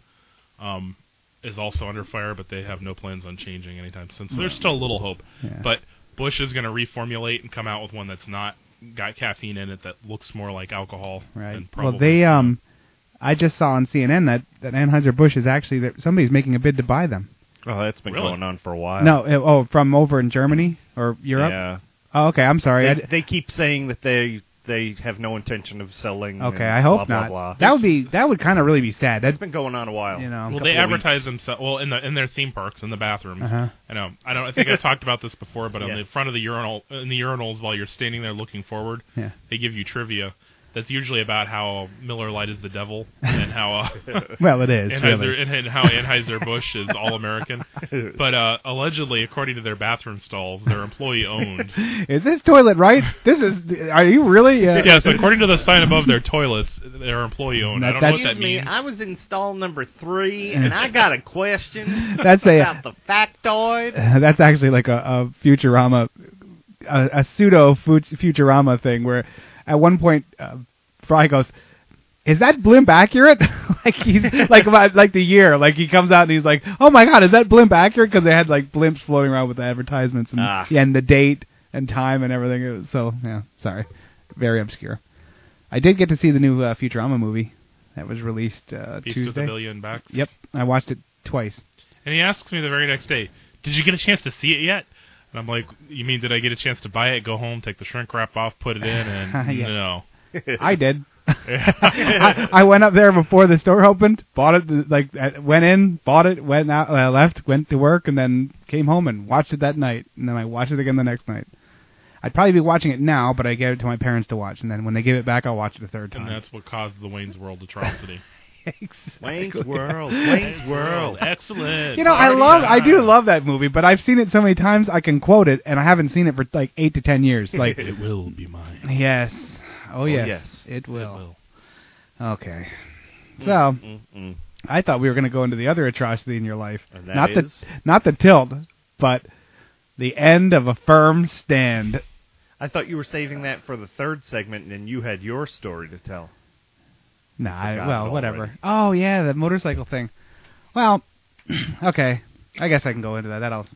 S10: um, is also under fire, but they have no plans on changing anytime soon. So there's still a little hope,
S9: Yeah.
S10: but Bush is going to reformulate and come out with one that's not got caffeine in it that looks more like alcohol.
S9: Right.
S10: than
S9: Well,
S10: probably-
S9: they um, I just saw on CNN that that Anheuser Busch is actually that somebody's making a bid to buy them.
S11: Oh, that's been going on for a
S10: Uh,
S11: while.
S9: no, it- oh, from over in Germany or Europe.
S11: Yeah.
S9: Oh, okay. I'm sorry. I
S11: They,
S9: d-
S11: they keep saying that they they have no intention of selling.
S9: okay,
S10: mm,
S11: and
S9: I hope
S11: blah,
S9: not.
S11: Blah, blah.
S9: That would be that would kind of really be sad. That's
S11: It's been going on a while.
S9: You know,
S10: Well,
S11: Couple
S10: they
S11: of
S10: advertise themselves well in the in their theme parks in the bathrooms.
S9: Uh-huh.
S10: I know. I don't. I think I talked about this before, but on the
S11: Yes.
S10: front of the urinal in the urinals while you're standing there looking forward,
S9: Yeah.
S10: they give you trivia. That's usually about how Miller Lite is the devil and how uh,
S9: Well, it is,
S10: Anheuser,
S9: really.
S10: and, and how Anheuser Busch is all American. But uh, allegedly, according to their bathroom stalls, they're employee owned.
S9: is this toilet right? This is. Are you really? Uh,
S10: yeah, so according to the sign above their toilets, they're employee owned. I don't know
S9: That's-
S10: what that
S11: Excuse me,
S10: means.
S11: I was in stall number three, and I got a question
S9: That's a-
S11: about the factoid.
S9: that's actually like a, a Futurama, a, a pseudo Fu- Futurama thing where at one point uh, Fry goes, "Is that blimp accurate?" like he's like about like the year, like he comes out and he's like, "Oh my god, is that blimp accurate?" Because they had like blimps floating around with the advertisements and
S11: Ah.
S9: yeah, and the date and time and everything. It was so yeah, sorry, very obscure. I did get to see the new uh, Futurama movie that was released uh,
S10: Beast with a
S9: Tuesday.
S10: billion backs.
S9: Yep, I watched it twice.
S10: And he asks me the very next day, "Did you get a chance to see it yet?" And I'm like, "You mean did I get a chance to buy it, go home, take the shrink wrap off, put it in, and
S9: Yeah.
S10: no."
S9: I did. I, I went up there before the store opened, bought it, like uh, went in, bought it, went out, uh, left, went to work, and then came home and watched it that night. And then I watched it again the next night. I'd probably be watching it now, but I gave it to my parents to watch, and then when they give it back, I'll watch it a third
S10: And
S9: time.
S10: that's what caused the Wayne's World atrocity.
S11: Wayne's World, Wayne's World.
S10: Excellent.
S9: Oh. You know, I
S10: Party
S9: love, I do
S10: time.
S9: love that movie, but I've seen it so many times I can quote it, and I haven't seen it for like eight to ten years. Like,
S10: It will be mine.
S9: yes, oh yes,
S11: yes.
S9: it
S10: It
S9: will.
S10: will.
S9: Okay, so.
S11: Mm-mm.
S9: I thought we were going to go into the other atrocity in your life.
S11: And that
S9: not
S11: is?
S9: the not the tilt, but the end of a firm stand.
S11: I thought you were saving that for the third segment, and then you had your story to tell.
S9: Nah, I,
S11: Forgot
S9: well,
S11: it
S9: whatever. Oh yeah, the motorcycle thing. Well, okay. I guess I can go into that. That'll.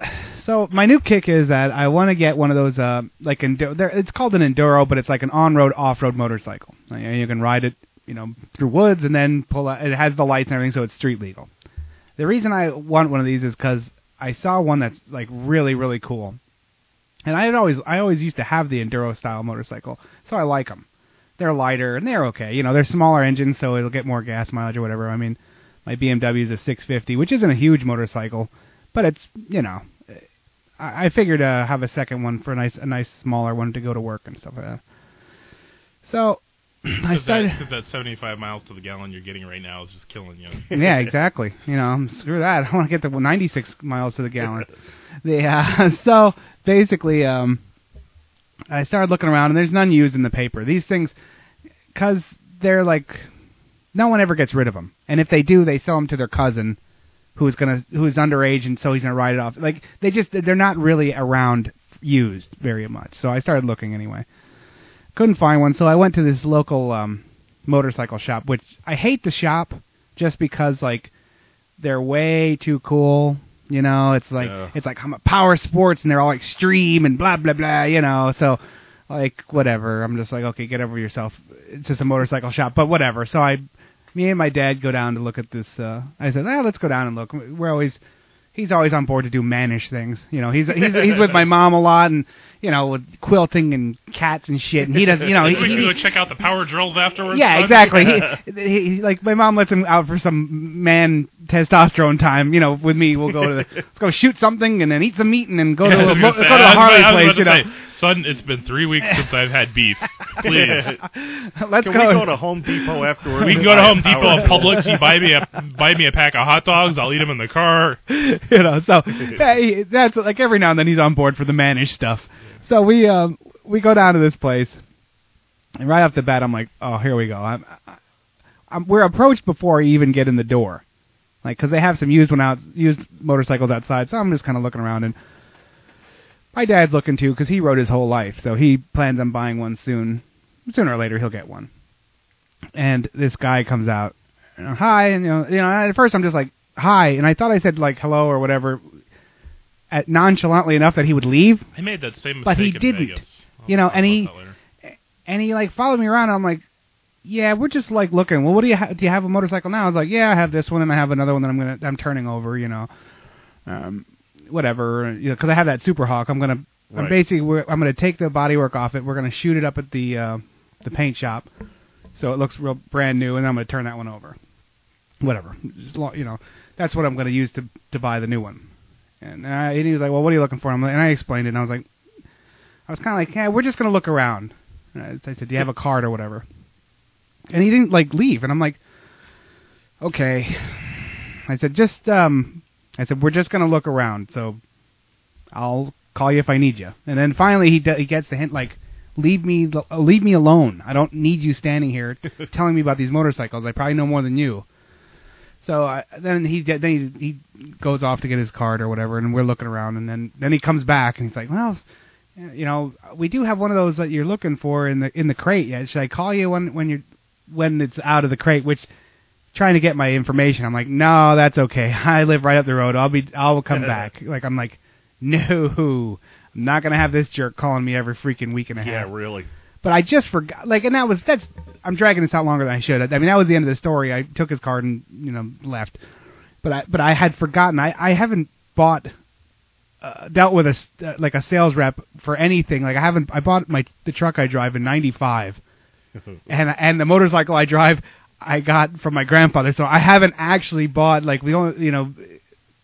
S9: So my new kick is that I want to get one of those uh, like enduro. there- It's called an enduro, but it's like an on-road, off-road motorcycle. You, know, you can ride it, you know, through woods and then pull. Out, it has the lights and everything, so it's street legal. The reason I want one of these is because I saw one that's like really, really cool, and I had always, I always used to have the enduro style motorcycle, so I like them they're lighter and they're okay. You know, they're smaller engines, so it'll get more gas mileage or whatever. I mean, my BMW is a 650, which isn't a huge motorcycle, but it's you know, I, I figured uh, have a second one for a nice, a nice smaller one to go to work and stuff like that. So I
S10: Because
S9: started.
S10: that, 'cause that 75 miles to the gallon you're getting right now is just killing you.
S9: yeah, exactly. You know, screw that. I want to get the 96 miles to the gallon. the, uh, so basically, um, I started looking around, and there's none used in the paper. These things, because they're like, no one ever gets rid of them, and if they do, they sell them to their cousin, who's gonna who's underage, and so he's gonna write it off. Like they just they're not really around used very much. So I started looking anyway. Couldn't find one, so I went to this local um, motorcycle shop, which I hate the shop just because like they're way too cool. You know, it's like
S11: Yeah.
S9: it's like I'm a power sports, and they're all extreme and blah blah blah. You know, so like whatever. I'm just like okay, get over yourself. It's just a motorcycle shop, but whatever. So I, me and my dad go down to look at this. Uh, I said, ah, let's go down and look. We're always he's always on board to do mannish things. You know, he's he's he's with my mom a lot, and you know, with quilting and cats and shit. And he does, you know, he,
S10: we can
S9: he,
S10: go check out the power drills afterwards.
S9: yeah,
S10: bud.
S9: exactly. He, he, he- like my mom lets him out for some man testosterone time. You know, with me, we'll go to the, let's go shoot something and then eat some meat and then go to
S10: I
S9: a,
S10: was
S9: mo- go
S10: gonna say-
S9: to
S10: I
S9: a
S10: was
S9: Harley
S10: about- I was
S9: place. You
S10: about
S9: know,
S10: to say, son, it's been three weeks since I've had beef. Please,
S9: let's
S11: Can
S9: go.
S11: we go to Home Depot afterwards?
S10: we can go to Home Depot and Publix. You buy me a buy me a pack of hot dogs. I'll eat them in the car.
S9: you know, so that, that's like every now and then he's on board for the mannish stuff. So we um we go down to this place, and right off the bat I'm like, oh here we go. I'm, I'm we're approached before I even get in the door, like because they have some used one out used motorcycles outside. So I'm just kind of looking around, and my dad's looking too because he rode his whole life, so he plans on buying one soon. Sooner or later he'll get one. And this guy comes out you know, hi, and you know, you know, at first I'm just like, hi, and I thought I said like hello or whatever. at nonchalantly enough that he would leave.
S10: I made that same mistake.
S9: But he
S10: in
S9: didn't.
S10: Vegas. I'll
S9: You know,
S10: talk
S9: and
S10: about
S9: he-
S10: that later.
S9: And he like followed me around. And I'm like, yeah, we're just like looking. Well, what do you ha- do? You have a motorcycle now? I was like, yeah, I have this one, and I have another one that I'm gonna I'm turning over. You know, um, whatever. You know, because I have that Super Hawk. I'm gonna I'm
S11: Right.
S9: basically we're, I'm gonna take the bodywork off it. We're gonna shoot it up at the uh, the paint shop, so it looks real brand new, and I'm gonna turn that one over. Whatever, Just lo- you know, that's what I'm gonna use to to buy the new one. And, I, and he was like, well, what are you looking for? I'm like, and I explained it, and I was like, I was kind of like, yeah, we're just gonna look around. And I I said, do you have a card or whatever? And he didn't like leave, and I'm like, okay. I said, just um, I said we're just gonna look around, so I'll call you if I need you. And then finally, he d- he gets the hint like, leave me l- uh, leave me alone. I don't need you standing here telling me about these motorcycles. I probably know more than you. So I, then he d- then he, he goes off to get his card or whatever, and we're looking around, and then then he comes back and he's like, well. s- You know, we do have one of those that you're looking for in the in the crate yet. Should I call you when when you're when it's out of the crate? Which trying to get my information. I'm like, no, that's okay. I live right up the road. I'll be, I'll come back. Like I'm like, no, I'm not gonna have this jerk calling me every freaking week and a half.
S10: Yeah, really.
S9: But I just forgot. Like, and that was that's. I'm dragging this out longer than I should. I mean, that was the end of the story. I took his card and you know left. But I but I had forgotten. I I haven't bought. Uh, dealt with a s- uh, like a sales rep for anything. Like I haven't. I bought my the truck I drive in '95, and and the motorcycle I drive I got from my grandfather. So I haven't actually bought like the only you know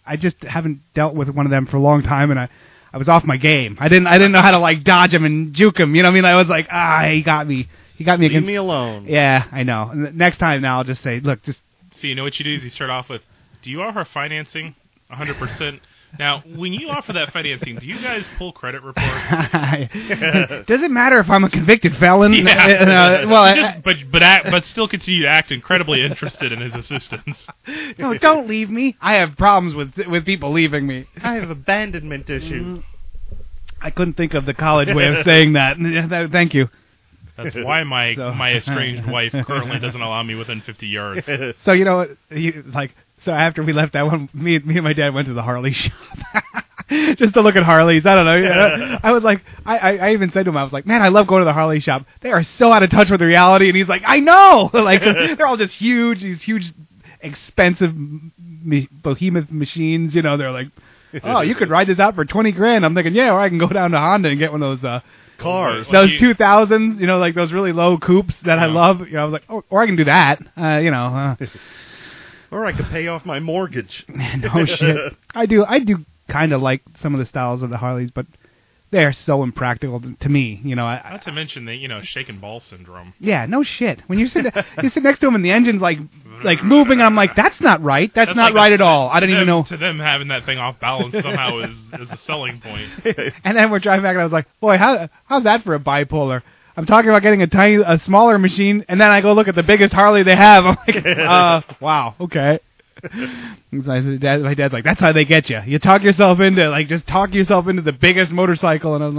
S9: I just haven't dealt with one of them for a long time, and I I was off my game. I didn't I didn't know how to like dodge him and juke him. You know what I mean? I was like ah he got me he got me
S11: Leave
S9: against
S11: me alone.
S9: yeah I know. And the- Next time now I'll just say look just
S10: So you know what you do is you start off with, do you offer financing? 100%. Now, when you offer that financing, do you guys pull credit reports?
S9: does it matter if I'm a convicted felon?
S10: Yeah.
S9: Uh, well, I-
S10: You just- but but act, but still continue to act incredibly interested in his assistance.
S9: no, Oh, don't leave me. I have problems with with people leaving me.
S11: I have abandonment
S10: Mm.
S11: issues.
S9: I couldn't think of the college way of saying that. Thank you.
S10: That's why my
S9: So-
S10: my estranged wife currently doesn't allow me within 50 yards.
S9: So you know, what, you, like, so after we left that one, me, me and my dad went to the Harley shop just to look at Harleys. I don't know. you know. I was like, I, I, I even said to him, I was like, man, I love going to the Harley shop. They are so out of touch with reality. And he's like, I know. like they're all just huge, these huge, expensive me- behemoth machines. You know, they're like. oh, you could ride this out for twenty grand. I'm thinking, yeah, or I can go down to Honda and get one of those uh,
S11: Cars.
S10: Well,
S9: those
S10: you-
S9: two thousands, you know, like those really low coupes that I love. You know, I was like, oh, or I can do that. Uh, you know, uh,
S11: Or I could pay off my mortgage.
S9: no Oh, shit. I do. I do kind of like some of the styles of the Harleys, but they are so impractical to, to me. You know, I, I
S10: Not to mention the you know shaken ball syndrome.
S9: yeah, no shit. When you sit you sit next to them and the engine's like like moving, I'm like, that's not right. That's, not
S10: like
S9: right
S10: a-
S9: at all. I
S10: to
S9: don't even
S10: them-
S9: know.
S10: To them, having that thing off balance somehow is is a selling point.
S9: And then we're driving back, and I was like, boy, how how's that for a bipolar? I'm talking about getting a tiny, a smaller machine, and then I go look at the biggest Harley they have. I'm like, uh, wow, okay. And so I- the dad- my dad's like, that's how they get you. You talk yourself into like just talk yourself into the biggest motorcycle, and I was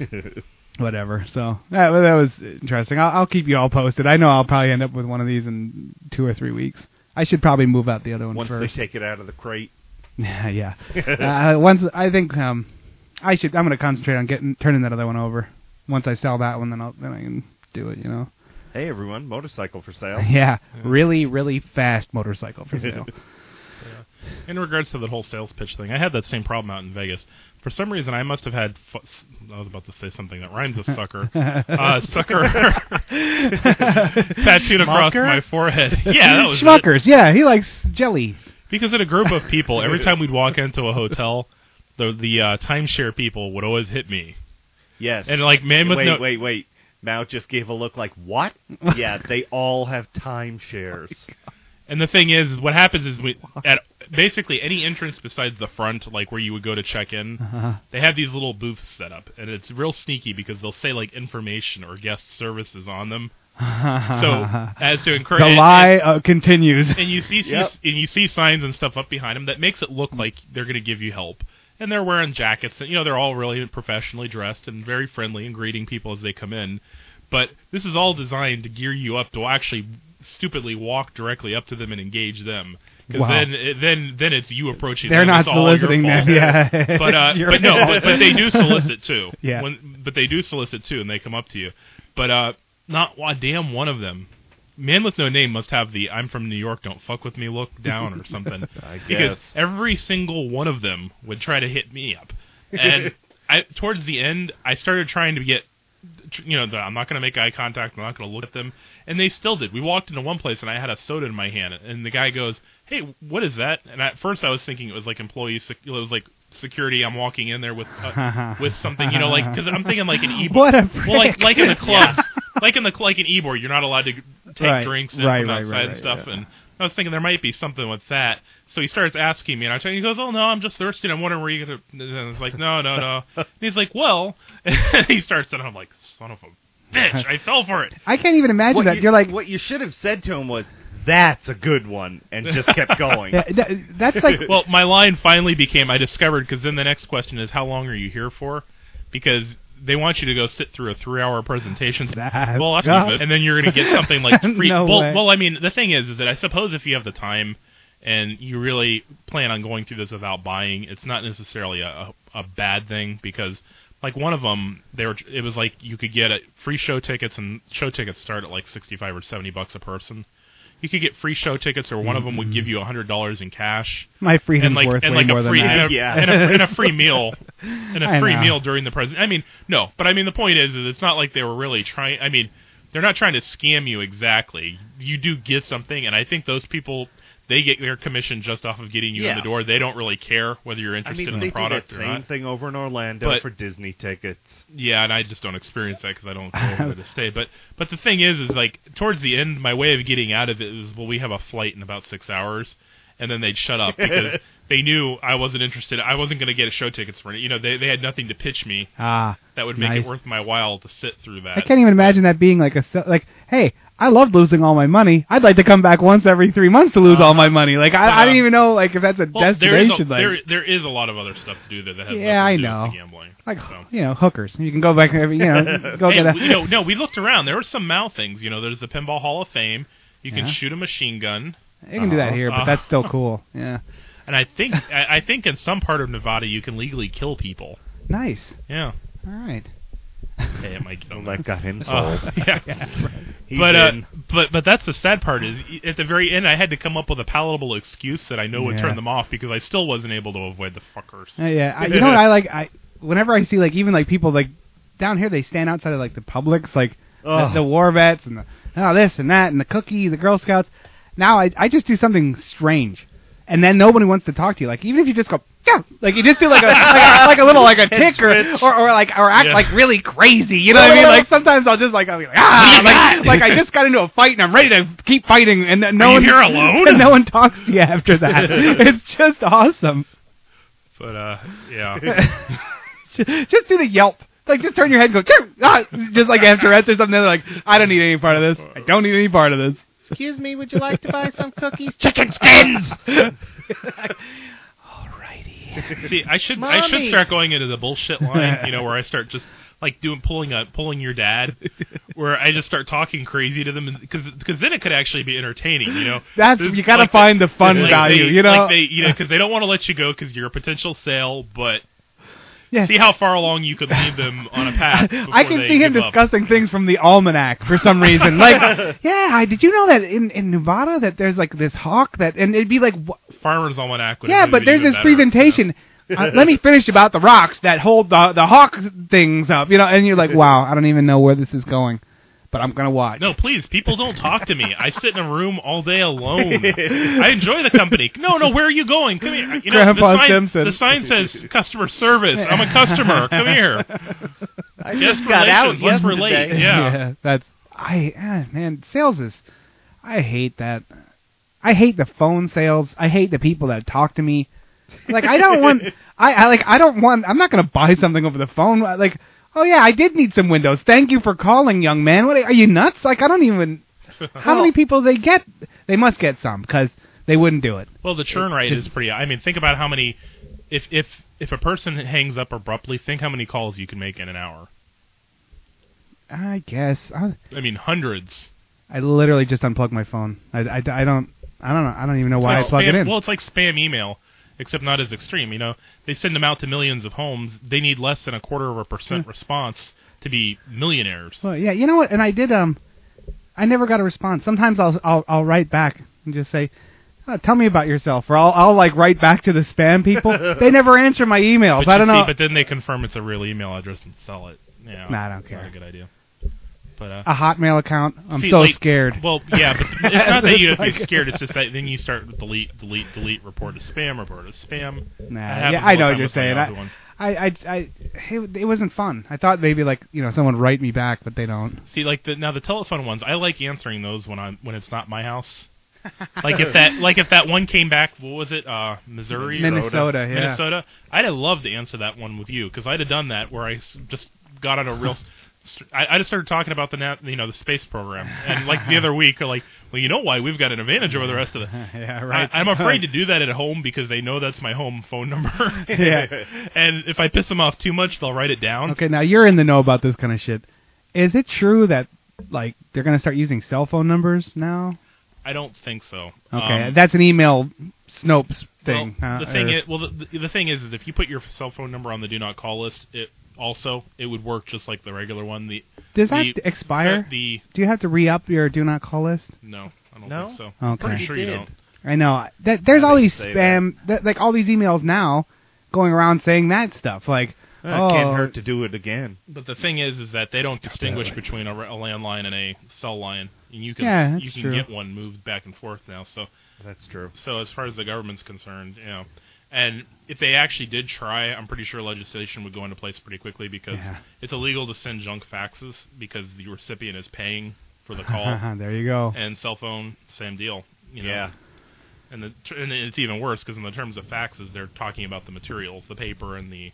S9: like, eh, whatever. So that, that was interesting. I'll, I'll keep you all posted. I know I'll probably end up with one of these in two or three weeks. I should probably move out the other one
S11: Once
S9: first.
S11: they take it out of the crate.
S9: Yeah, yeah. uh, once I think um, I should. I'm going to concentrate on getting turning that other one over. Once I sell that one, then I'll then I can do it. You know.
S11: Hey everyone, motorcycle for
S10: Oh.
S11: sale.
S9: Yeah, really, really fast motorcycle for sale.
S10: In regards to the whole sales pitch thing, I had that same problem out in Vegas. For some reason, I must have had. Fu- s- I was about to say something that rhymes with sucker. uh, sucker tattooed across
S9: Schmucker?
S10: my forehead. Yeah, that was it.
S9: Schmuckers. Yeah, he likes jelly.
S10: Because in a group of people, every time we'd walk into a hotel, the the uh, timeshare people would always hit me.
S11: Yes.
S10: And, like, man with
S11: wait,
S10: no-
S11: wait, wait. Mao just gave a look like what? yeah, they all have timeshares.
S10: And the thing is, is what happens is we, at basically any entrance besides the front, like where you would go to check in,
S9: Uh-huh.
S10: they have these little booths set up, and it's real sneaky because they'll say like information or guest services on them. So as to encourage
S9: the lie uh, continues.
S10: and you see, see-
S11: Yep.
S10: and you see signs and stuff up behind them that makes it look like they're going to give you help. And they're wearing jackets, and you know they're all really professionally dressed and very friendly and greeting people as they come in. But this is all designed to gear you up to actually stupidly walk directly up to them and engage them. Because
S9: Wow.
S10: then, it- then, then it's you approaching.
S9: They're
S10: them.
S9: not
S10: It's all your
S9: soliciting them,
S10: fault.
S9: yeah.
S10: but uh,
S9: It's your-
S10: but no, but, but they do solicit too.
S9: Yeah.
S10: When, but they do solicit too, and they come up to you. But uh, not one damn one of them. Man with no name must have the "I'm from New York, don't fuck with me" look down or something.
S11: I
S10: Because
S11: guess.
S10: every single one of them would try to hit me up, and I, towards the end, I started trying to get tr- you know, the, I'm not going to make eye contact. I'm not going to look at them. And they still did. We walked into one place and I had a soda in my hand, and the guy goes, "Hey, what is that?" And at first I was thinking it was like employee, sec- it was like security. I'm walking in there with uh, with something, you know, like because I'm thinking like an e
S9: What a
S10: well, like
S9: prick.
S10: like in the clubs, like in the cl- like an e board, you're not allowed to g- take
S9: Right.
S10: drinks and
S9: Right,
S10: from
S9: right,
S10: outside
S9: right,
S10: and
S9: right,
S10: stuff.
S9: yeah.
S10: And I was thinking there might be something with that. So he starts asking me, and I tell him, he goes, "Oh no, I'm just thirsty. and I'm wondering where you gonna." And I was like, "No, no, no." And he's like, "Well," and he starts, and I'm like, "Son of a bitch, I fell for it."
S9: I can't even imagine
S11: What
S9: that.
S11: you-
S9: You're like,
S11: what you should have said to him was, "That's a good one," and just kept going.
S9: Yeah, that- that's like
S10: well, my line finally became I discovered because then the next question is how long are you here for? Because they want you to go sit through a three-hour presentation.
S9: That-
S10: well, that's
S9: God.
S10: not good. and then you're going to get something like free.
S9: No
S10: well,
S9: way.
S10: well, I mean, the thing is, is that I suppose if you have the time and you really plan on going through this without buying, it's not necessarily a, a, a bad thing because. Like one of them, they were. It was like you could get a, free show tickets, and show tickets start at like sixty-five or seventy bucks a person. You could get free show tickets, or one of them would
S9: Mm-hmm.
S10: give you a hundred dollars in cash
S9: my freedom's
S10: and like,
S9: worth
S10: and
S9: way
S10: like
S9: more
S10: a free
S9: than that.
S10: and a, and, a, and a free meal and
S9: I
S10: a free
S9: know.
S10: meal during the president. I mean, no, but I mean the point is, is it's not like they were really trying. I mean, they're not trying to scam you exactly. You do get something, and I think those people they get their commission just off of getting you in
S11: Yeah.
S10: the door. They don't really care whether you're
S11: I
S10: interested
S11: mean,
S10: in
S11: they
S10: the
S11: do
S10: product
S11: that
S10: or
S11: same
S10: not.
S11: thing over in Orlando
S10: But-
S11: for Disney tickets.
S10: Yeah, and I just don't experience that because I don't know where to stay. But but the thing is, is like towards the end, my way of getting out of it is, well, we have a flight in about six hours, and then they'd shut up because they knew I wasn't interested. I wasn't going to get show tickets for it. You know, they they had nothing to pitch me
S9: ah,
S10: that would make
S9: nice.
S10: it worth my while to sit through that.
S9: I can't even imagine that being like a se- like. Hey, I love losing all my money. I'd like to come back once every three months to lose all my money. Like I, I
S10: um,
S9: don't even know like if that's a
S10: Well, there is a,
S9: destination. like
S10: there, there is a lot of other stuff to do there that has
S9: Yeah, I
S10: nothing to do
S9: know.
S10: with the gambling.
S9: like
S10: so.
S9: you know hookers. You can go back every you know go
S10: hey,
S9: get a
S10: we- you know, no, we looked around. There were some mouth things. You know, there's the Pinball Hall of Fame. You can
S9: Yeah.
S10: shoot a machine gun.
S9: You can do that here, but
S10: Uh-huh.
S9: that's still cool. Yeah,
S10: And I think I, I think in some part of Nevada you can legally kill people.
S9: nice.
S10: Yeah.
S9: All right.
S10: Hey, it might get
S11: Oh,
S10: on
S11: that got him
S10: there.
S11: sold.
S10: Uh, yeah.
S11: He's
S10: but uh,
S11: in.
S10: but but that's the sad part is y- at the very end I had to come up with a palatable excuse that I know would
S9: Yeah.
S10: turn them off because I still wasn't able to avoid the fuckers.
S9: Uh, yeah, I, you know what I like? I whenever I see like even like people like down here, they stand outside of like the Publix, like the,
S11: Ugh.
S9: the war vets and the oh, this and that and the cookie, the Girl Scouts. Now I I just do something strange, and then nobody wants to talk to you. Like even if you just go. "Yeah," Like you just do like a like a, like a little like a tick or, or or like or act
S10: Yeah.
S9: like really crazy, you know what I mean? Like sometimes I'll just like I'll be like ah like, like I just got into a fight and I'm ready to keep fighting and then no
S10: you
S9: one
S10: here alone?
S9: and no one talks to you after that. it's just awesome
S10: But uh, yeah.
S9: just do the yelp. Like, just turn your head and go, "Chirp!" ah, just like after Reds or something. They're like, I don't need any part of this. I don't need any part of this.
S8: Excuse me, would you like to buy some cookies?
S9: Chicken skins! Alrighty.
S10: See, I should I should
S8: Mommy.
S10: start going into the bullshit line, you know, where I start just like doing pulling a pulling your dad, where I just start talking crazy to them, because because then it could actually be entertaining, you know.
S9: That's-
S10: This-
S9: you gotta
S10: the-
S9: find the fun
S10: like
S9: value,
S10: they-
S9: you know?
S10: Like they, you know, because they don't want to let you go because you're a potential sale, but
S9: Yeah.
S10: see how far along you could lead them on a path.
S9: I
S10: before
S9: can
S10: they
S9: see him
S10: give up.
S9: discussing things from the almanac for some reason. Like, yeah, I- did you know that in, in Nevada that there's like this hawk that, and it'd be like, wh-
S10: Farmers Almanac. would
S9: yeah,
S10: have
S9: but
S10: been
S9: there's
S10: even
S9: this
S10: better, you know?
S9: presentation. Uh, let me finish about the rocks that hold the the hawk things up, you know. And you're like, wow, I don't even know where this is going, but I'm gonna watch.
S10: No, please, people don't talk to me. I sit in a room all day alone. I enjoy the company. No, no, where are you going? Come here. You know,
S9: Grandpa
S10: the sign,
S9: Simpson.
S10: The sign says customer service. I'm a customer. Come here.
S11: I
S10: Guest
S11: just got out
S10: relations. Let's relate.
S11: yesterday.
S10: Yeah.
S9: that's I ah, man, sales is I hate that. I hate the phone sales. I hate the people that talk to me. Like I don't want I, I like I don't want I'm not going to buy something over the phone like oh yeah, I did need some windows. Thank you for calling, young man. What are you nuts? Like I don't even How many people they get? They must get some cuz they wouldn't do it.
S10: Well, the churn rate is pretty. I mean, think about how many. If if if a person hangs up abruptly, think how many calls you can make in an hour.
S9: I guess I,
S10: I mean, hundreds.
S9: I literally just unplugged my phone. I, I, I don't I don't know. I don't even know
S10: It's
S9: why
S10: like
S9: I plug
S10: spam,
S9: it in.
S10: Well, it's like spam email, except not as extreme. You know, they send them out to millions of homes. They need less than a quarter of a percent
S9: Hmm.
S10: response to be millionaires.
S9: Well, yeah, you know what? And I did. Um, I never got a response. Sometimes I'll I'll, I'll write back and just say, oh, "Tell me about yourself," or I'll I'll like write back to the spam people. they never answer my emails.
S10: But
S9: I
S10: you
S9: don't
S10: see,
S9: know.
S10: But then they confirm it's a real email address and sell it. Yeah,
S9: Nah, I don't
S10: Not
S9: care.
S10: a good idea. But uh,
S9: a Hotmail account. I'm
S10: See,
S9: so
S10: like-
S9: scared.
S10: Well, yeah, but it's not that you have to be
S9: It's like-
S10: scared. It's just that then you start with delete, delete, delete, report as spam, report as spam.
S9: Nah,
S10: That happens
S9: yeah,
S10: all
S9: I know
S10: the time
S9: what you're
S10: with my
S9: saying.
S10: Yahoo
S9: I,
S10: one.
S9: I, I, I, it, it wasn't fun. I thought maybe like you know someone write me back, but they don't.
S10: See, like the now the telephone ones, I like answering those when I'm when it's not my house. like if that like if that one came back, what was it? Uh, Missouri, or-
S9: Minnesota, yeah.
S10: Minnesota. I'd have loved to answer that one with you because I'd have done that where I s- just got on a real. s- st- I, I just started talking about the nat, you know the space program and like the other week, like well you know why we've got an advantage over the rest of the.
S9: Yeah, right.
S10: I, I'm afraid to do that at home because they know that's my home phone number.
S9: Yeah.
S10: and if I piss them off too much, they'll write it down.
S9: Okay, now you're in the know about this kind of shit. Is it true that like they're gonna start using cell phone numbers now?
S10: I don't think so.
S9: Okay,
S10: Um,
S9: that's an email Snopes thing.
S10: Well,
S9: huh?
S10: the thing
S9: Or-
S10: is, well, the, the thing is, is if you put your cell phone number on the do not call list, it also it would work just like the regular one. The
S9: does that
S10: the-
S9: expire?
S10: uh, the
S9: do you have to re up your do not call list?
S10: no, I don't think so.
S9: Okay.
S10: I'm sure you don't.
S9: I know. That, there's all these
S10: say
S9: spam, that. like all these emails now, going around saying that stuff. Like,
S11: Uh, it can't
S9: oh,
S11: hurt to do it again.
S10: But the thing is, is that they don't distinguish between a, re- a landline and a cell line, and you can
S9: Yeah, that's
S10: you can
S9: true.
S10: get one moved back and forth now. So
S11: that's true.
S10: So as far as the government's concerned, you know, and if they actually did try, I'm pretty sure legislation would go into place pretty quickly because
S9: Yeah.
S10: it's illegal to send junk faxes because the recipient is paying for the call.
S9: there you go.
S10: And cell phone, same deal. You know? Yeah. And the tr- and it's even worse because in the terms of faxes, they're talking about the materials, the paper, and the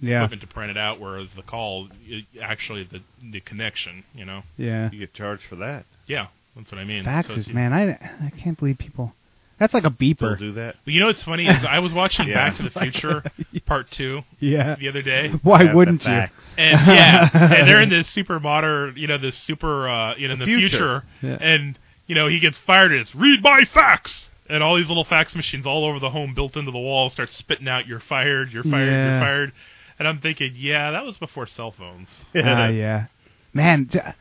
S9: Yeah.
S10: equipment to print it out, whereas the call, it, actually the the connection, you know.
S9: Yeah.
S11: You get charged for that.
S10: Yeah, that's what I mean. So
S9: Faxes,
S10: it's-
S9: man. I, I can't believe people. That's like a beeper.
S11: do that.
S10: Well, you know what's funny is I was watching
S9: Yeah.
S10: Back to the Future Part Two.
S9: Yeah.
S10: The other day.
S9: Why Have the wouldn't you? facts.
S10: And yeah, and they're in this super modern, you know, this super, uh, you know, the
S9: Future.
S10: future,
S9: Yeah.
S10: and you know he gets fired. And it's read my fax. And all these little fax machines all over the home, built into the wall, start spitting out, "You're fired. You're fired.
S9: Yeah.
S10: You're fired." And I'm thinking, yeah, that was before cell phones. uh,
S9: Ah, yeah. Man, j-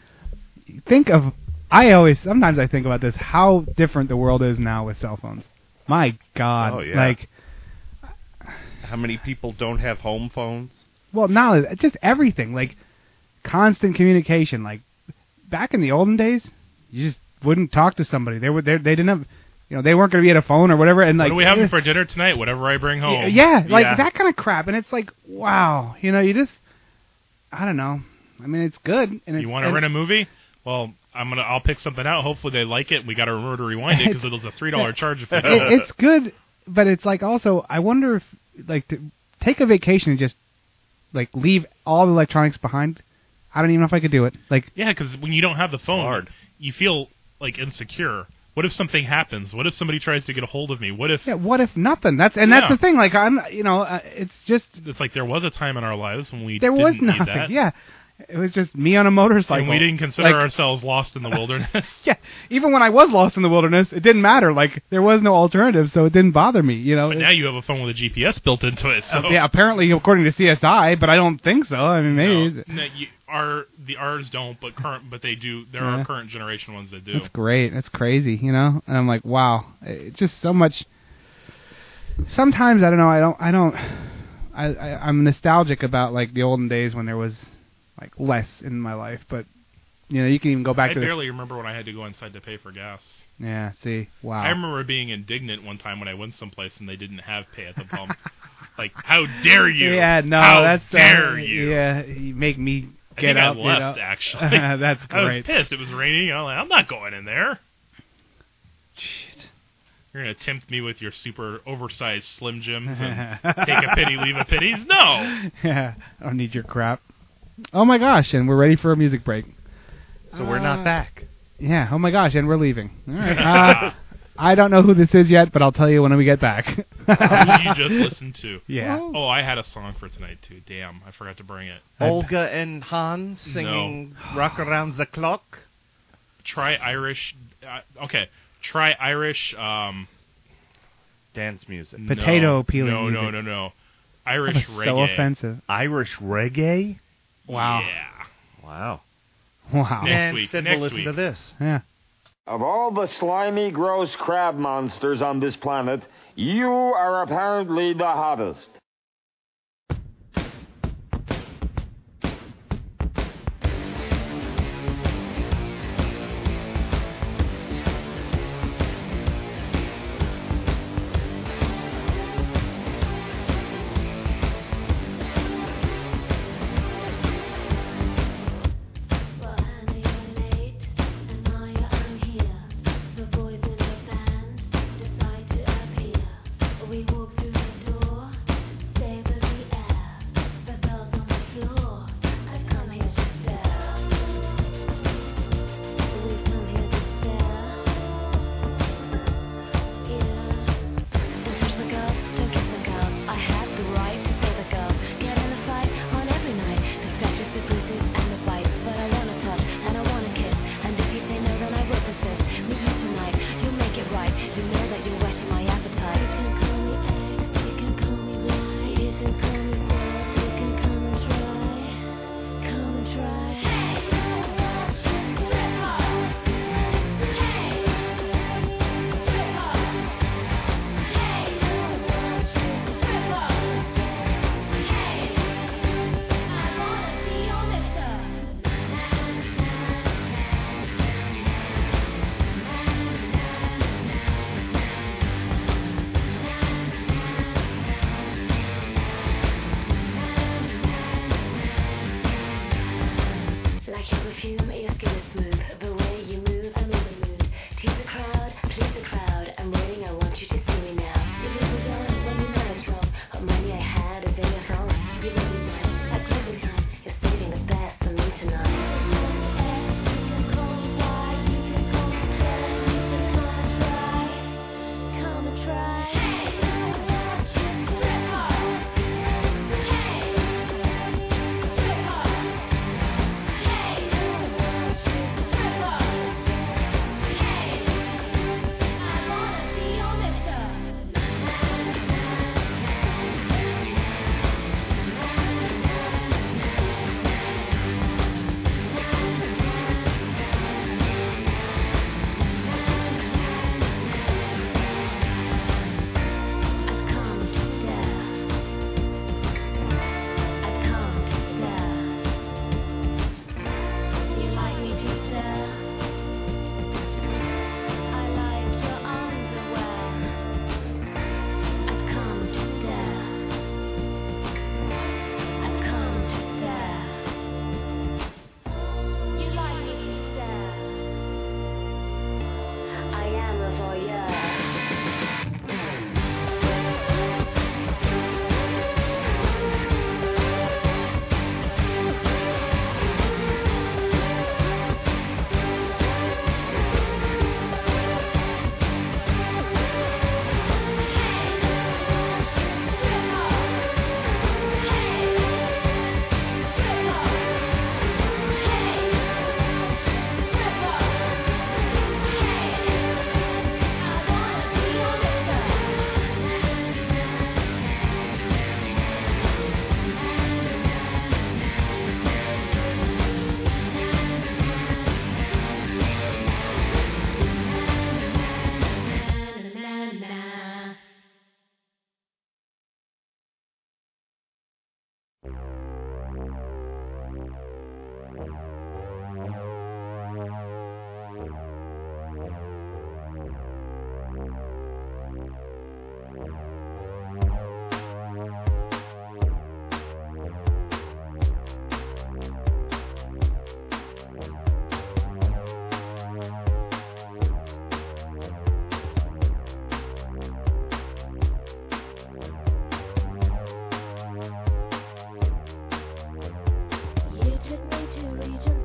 S9: think of. I always, sometimes I think about this, how different the world is now with cell phones. My God.
S11: Oh, yeah.
S9: Like,
S11: How many people don't have home phones?
S9: well, now, it's just everything. Like, constant communication. Like, back in the olden days, you just wouldn't talk to somebody. They were, they, they didn't have, you know, they weren't going to be at a phone or whatever. And,
S10: what
S9: like,
S10: are we having for dinner tonight? Whatever I bring home.
S9: eh. Yeah, like that kind of crap. And it's like, wow. You know, you just, I don't know. I mean, it's good. And it's,
S10: you want to
S9: and-
S10: rent a movie? Well, I'm gonna. I'll pick something out. Hopefully they like it. We got to remember to rewind it because it's a three dollar charge. If we
S9: It-
S10: don't.
S9: it's good, but it's like also I wonder if like to take a vacation and just like leave all the electronics behind. I don't even know if I could do it. Like
S10: Yeah, because when you don't have the phone, you feel like insecure. What if something happens? What if somebody tries to get a hold of me? What if
S9: yeah, what if nothing? That's and that's
S10: Yeah.
S9: the thing. Like I'm, you know, uh, it's just
S10: it's like there was a time in our lives when we
S9: there
S10: didn't
S9: was
S10: need
S9: nothing.
S10: that,
S9: Yeah, it was just me on a motorcycle.
S10: and we didn't consider
S9: Like,
S10: ourselves lost in the wilderness.
S9: yeah, even when I was lost in the wilderness, it didn't matter. Like there was no alternative, so it didn't bother me. You know.
S10: But now you have a phone with a GPS built into it. So
S9: Uh, yeah, apparently according to CSI, but I don't think so. I mean, maybe. it's-
S10: No, you, our the ours don't, but current, but they do. There
S9: Yeah.
S10: are current generation ones that do.
S9: That's great. That's crazy, you know. And I'm like, wow, it's just so much. Sometimes I don't know. I don't. I don't. I, I I'm nostalgic about like the olden days when there was like less in my life, but you know you can even go back
S10: I
S9: to
S10: barely remember when I had to go inside to pay for gas.
S9: the, yeah. See, wow.
S10: I remember being indignant one time when I went someplace and they didn't have pay at the pump. like, how dare you?
S9: Yeah, no,
S10: how
S9: that's
S10: dare
S9: uh,
S10: you?
S9: Yeah, you make me
S10: I
S9: get
S10: think
S9: up.
S10: I
S9: you
S10: left
S9: know?
S10: actually.
S9: that's
S10: I was
S9: great.
S10: pissed. It was raining. I'm like, I'm not going in there. You're gonna tempt me with your super oversized Slim Jims and take a pity, leave a pities. No.
S9: yeah, I don't need your crap. Oh my gosh, and we're ready for a music break.
S11: So we're not
S9: Uh,
S11: back.
S9: Yeah. Oh my gosh, and we're leaving. All right. Uh, I don't know who this is yet, but I'll tell you when we get back.
S10: Who you just listened to?
S9: Yeah.
S10: Oh, I had a song for tonight too. Damn, I forgot to bring it.
S11: Olga and Hans singing "Rock Around the Clock."
S10: try Irish. Uh, okay, try Irish um,
S11: dance music.
S9: Potato
S10: no,
S9: peeling
S10: No, no,
S9: music.
S10: no, no. Irish
S9: so
S10: reggae.
S9: offensive.
S11: Irish reggae?
S9: Wow.
S10: Yeah.
S11: Wow.
S9: Wow.
S10: Next
S11: And
S10: week.
S11: Instead,
S10: Next
S11: we'll listen
S10: week.
S11: to this.
S9: Yeah.
S1: Of all the slimy, gross crab monsters on this planet, you are apparently the hottest.
S13: You took me to region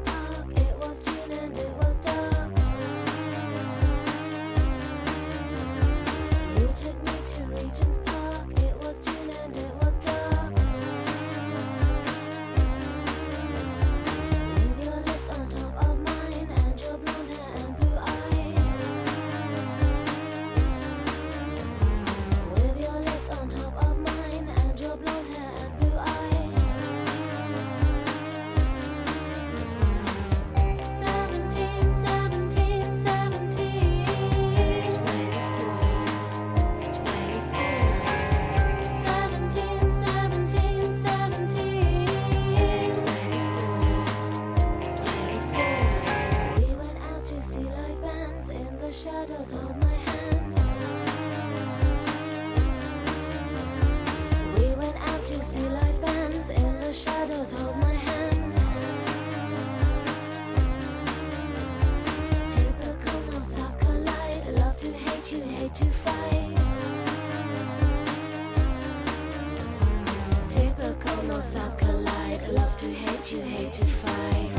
S13: love to hate you, hate to fight.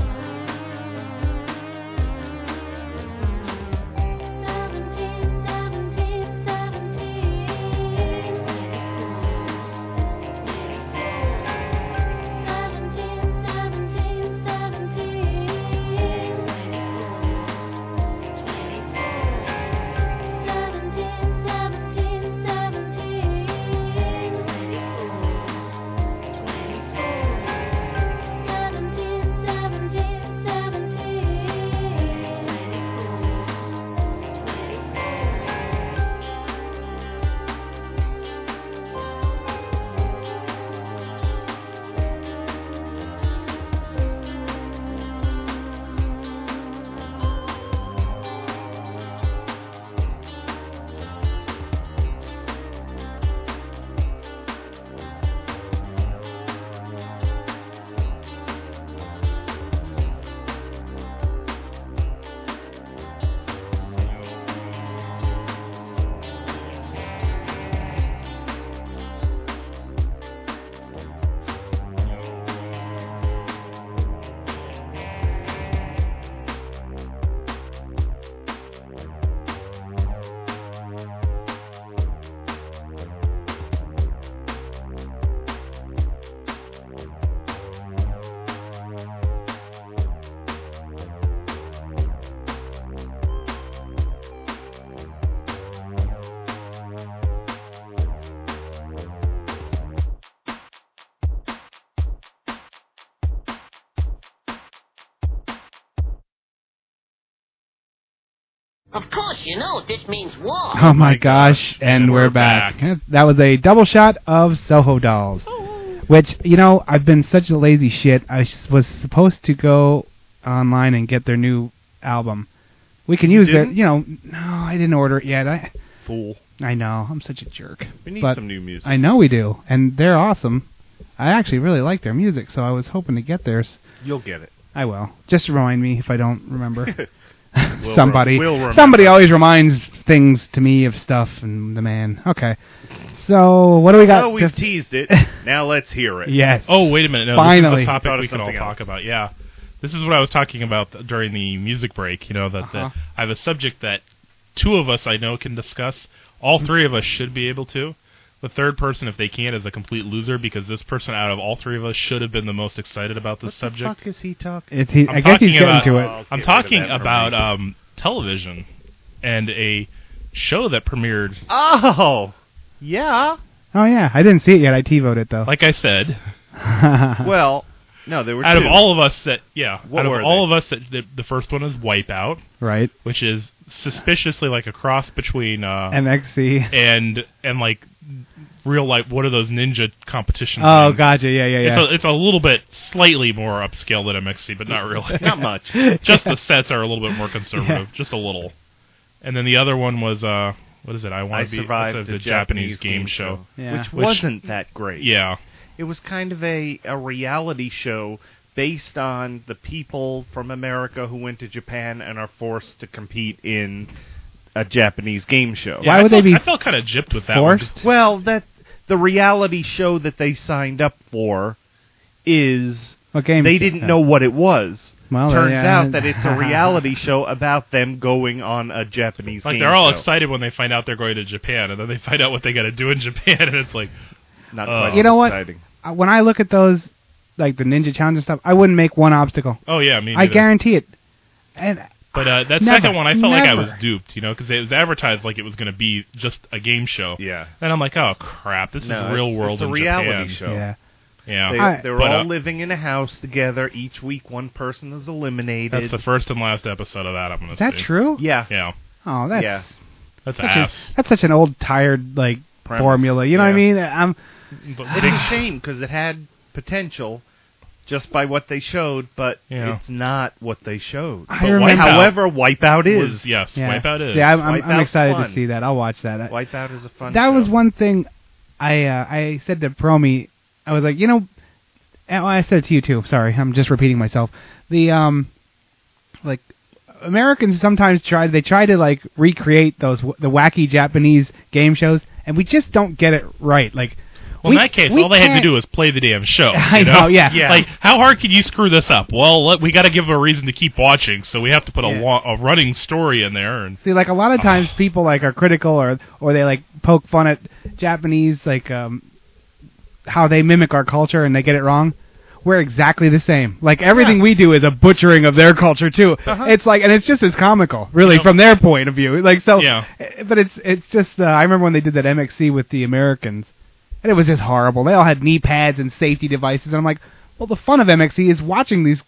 S14: Of course, you know this means war.
S9: Oh my gosh, and, we're, back. That was a double shot of Soho Dolls. Which, you know, I've been such a lazy shit. I s- was supposed to go online and get their new album. We can use their,
S11: didn't?
S9: you know, no, I didn't order it yet. I
S11: Fool.
S9: I know, I'm such a jerk.
S11: We need
S9: But
S11: some new music.
S9: I know we do, and they're awesome. I actually really like their music, so I was hoping to get theirs.
S11: You'll get it.
S9: I will. Just remind me if I don't remember.
S11: We'll
S9: somebody.
S11: rem- we'll remember.
S9: somebody always reminds things to me of stuff and the man. Okay. So what do we got?
S11: So we
S9: to-
S11: teased it. Now let's hear it.
S9: Yes.
S10: Oh, wait a minute. No,
S9: Finally.
S10: this is a
S11: Thought
S10: topic
S11: of
S10: we could all
S11: something
S10: talk
S11: else.
S10: about. Yeah, this is what I was talking about th- during the music break. You know that the-
S9: Uh-huh.
S10: I have a subject that two of us I know can discuss. All three of us should be able to. The third person, if they can't, is a complete loser because this person out of all three of us should have been the most excited about this subject.
S11: fuck is he talking?
S9: It's- he-
S10: I'm
S9: I guess he's
S10: talking
S9: getting
S10: about-
S9: to it.
S10: I'm talking about um, television and a show that premiered.
S11: Oh, yeah.
S9: Oh yeah, I didn't see it yet. I TiVoed it though.
S10: Like I said,
S11: Well, no, there were
S10: out
S11: two.
S10: of all of us that yeah,
S11: What
S10: out
S11: were
S10: of all of us that the, the first one is Wipeout,
S9: right.
S10: which is suspiciously like a cross between uh,
S9: MXC.
S10: and and like real life. What are those ninja competition?
S9: Oh,
S10: things?
S9: gotcha. Yeah, yeah, yeah.
S10: It's a, it's a little bit slightly more upscale than MXC, but not really.
S11: Not much.
S10: Just
S11: Yeah.
S10: the sets are a little bit more conservative,
S11: Yeah.
S10: just a little. And then the other one was uh, what is it? I
S11: I
S10: want to be
S11: survived
S10: it's a-
S11: the
S10: the Japanese,
S11: Japanese
S10: game,
S11: game
S10: show,
S11: show. Yeah. Which wasn't that great.
S10: Yeah,
S11: It was kind of a, a reality show based on the people from America who went to Japan and are forced to compete in a Japanese game show.
S10: Yeah, I felt- I felt kind of gypped with that one. Just-
S11: Well, that the reality show that they signed up for is
S9: What game
S11: they
S9: show?
S11: didn't know what it was.
S9: Well,
S11: Turns
S9: yeah.
S11: out that it's a reality show about them going on a Japanese
S10: like
S11: game
S10: they're all
S11: show.
S10: excited when they find out they're going to Japan, and then they find out what they got to do in Japan, and it's like,
S11: not
S9: But you know what? Uh, When I look at those, like the Ninja Challenge and stuff, I wouldn't make one obstacle.
S10: Oh yeah, me
S9: I
S10: neither.
S9: guarantee it. And
S10: But uh, that
S9: Never.
S10: second one, I felt like I
S9: Never.
S10: was duped, you know, because it was advertised like it was going to be just a game show.
S11: Yeah.
S10: And I'm like, oh crap, this
S11: No,
S10: is real
S11: it's-
S10: world
S11: it's a
S10: in
S11: reality
S10: Japan.
S11: show.
S9: Yeah.
S10: Yeah.
S11: They,
S10: I-
S11: they're
S10: But,
S11: all
S10: uh,
S11: living in a house together. Each week, one person is eliminated.
S10: That's the first and last episode of that. I'm going to
S9: Is that
S10: say.
S9: true?
S11: Yeah.
S10: Yeah.
S9: oh, that's
S11: Yeah.
S10: That's
S9: such
S10: ass.
S9: A, that's such an old tired like
S11: Premise.
S9: formula. You know what I mean? I'm
S11: It's a shame because it had potential just by what they showed, but
S10: Yeah.
S11: it's not what they showed.
S9: I
S11: But
S9: remember-
S11: Wipeout however, Wipeout is.
S10: was- yes,
S9: yeah.
S10: Wipeout is.
S9: Yeah, I'm, I'm, I'm
S11: Wipeout's
S9: excited
S11: fun.
S9: to see that. I'll watch that. I-
S11: Wipeout is a fun.
S9: that
S11: show.
S9: was one thing I uh, I said to Promi. I was like, you know, and I said it to you too. Sorry, I'm just repeating myself. The um, like Americans sometimes try they try to like recreate those w- the wacky Japanese game shows, and we just don't get it right. Like
S10: Well,
S9: We-
S10: in that case,
S9: we
S10: all they had to
S9: can't-
S10: do was play the damn show.
S9: I
S10: you
S9: know, yeah. Yeah.
S10: Like, how hard can you screw this up? Well, let, we got to give them a reason to keep watching, so we have to put a, lo- a running story in there. And
S9: See, like a lot of times, people like are critical or or they like poke fun at Japanese, like um, how they mimic our culture and they get it wrong. We're exactly the same. Like everything we do is a butchering of their culture too.
S10: Uh-huh.
S9: It's like, and it's just as comical, really, from their point of view. Like so,
S10: Yeah.
S9: eh, But it's it's just uh, I remember when they did that MXC with the Americans, and it was just horrible. They all had knee pads and safety devices, and I'm like, well, the fun of MXC is watching these.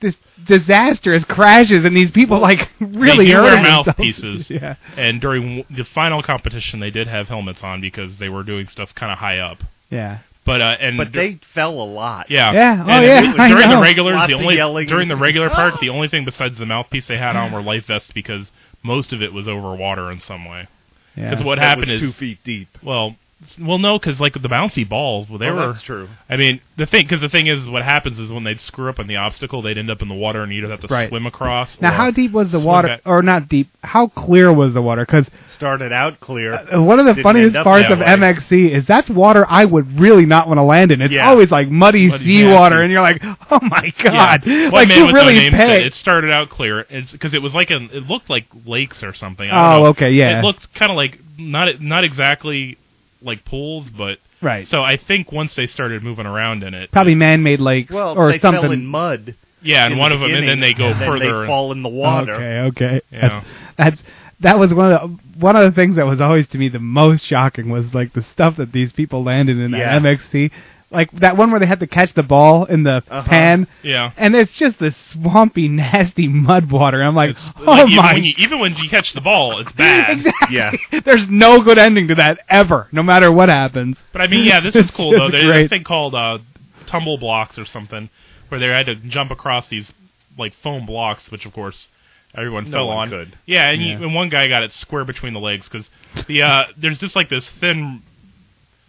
S9: This disastrous crashes and these people like really
S10: they do
S9: hurt
S10: wear
S9: themselves.
S10: mouthpieces.
S9: Yeah.
S10: And during w- the final competition, they did have helmets on because they were doing stuff kind of high up.
S9: Yeah.
S10: But uh, and
S11: But they fell a lot.
S10: Yeah.
S9: Yeah. Oh,
S10: And it
S9: yeah.
S10: was-
S9: I
S10: During
S9: know.
S10: the regulars,
S11: Lots
S10: the
S11: of
S10: only
S11: yelling.
S10: during the regular part, the only thing besides the mouthpiece they had on were life vests because most of it was over water in some way.
S11: Yeah.
S10: Because what
S11: That
S10: happened
S11: was
S10: is
S11: two feet deep.
S10: Well, s- well, no, because like the bouncy balls, well, they
S11: Oh,
S10: were.
S11: that's true.
S10: I mean, the thing because the thing is, what happens is when they'd screw up on the obstacle, they'd end up in the water and you'd have to
S9: Right.
S10: swim across.
S9: Now,
S10: or
S9: how deep was the
S10: swim
S9: water,
S10: back-
S9: or not deep? How clear was the water? Because
S11: Started out clear.
S9: one of the
S11: Didn't
S9: funniest
S11: end up
S9: parts
S11: that
S9: of
S11: way.
S9: MXC is that's water I would really not want to land in. It's
S10: Yeah.
S9: always like muddy
S10: Muddy,
S9: seawater,
S10: nasty.
S9: and you're like, oh my
S10: Yeah.
S9: god,
S10: One
S9: like
S10: man
S9: you
S10: with no
S9: really
S10: name said
S9: pay.
S10: It started out clear because it was like an it looked like lakes or something. I
S9: Oh,
S10: don't know.
S9: okay, yeah.
S10: It looked kind of like not not exactly like pools, but
S9: Right.
S10: So I think once they started moving around in it,
S9: Probably man-made lakes
S11: Well,
S9: or
S11: they
S9: something.
S11: fell in mud.
S10: Yeah, and
S11: in
S10: one
S11: the
S10: of 'em, and
S11: beginning,
S10: then they go
S11: then
S10: further
S11: They
S10: and-
S11: fall in the water.
S9: Okay, okay.
S10: Yeah.
S9: That's, that's that was one of the, one of the things that was always to me the most shocking was like the stuff that these people landed in
S11: Yeah.
S9: that MXC. Like that one where they had to catch the ball in the pan.
S10: Uh-huh. Yeah.
S9: And it's just this swampy, nasty mud water. I'm like, oh
S10: like, even
S9: my.
S10: when you, even when you catch the ball, it's bad.
S9: Exactly.
S10: Yeah.
S9: There's no good ending to that ever, no matter what happens.
S10: But I mean, yeah, this
S9: It's
S10: is cool though.
S9: just
S10: There's a
S9: great.
S10: thing called uh, tumble blocks or something, where they had to jump across these like foam blocks, which of course everyone
S11: No
S10: fell
S11: one
S10: on.
S11: could.
S10: Yeah, and,
S11: Yeah.
S10: You, and one guy got it square between the legs because the uh, there's just like this thin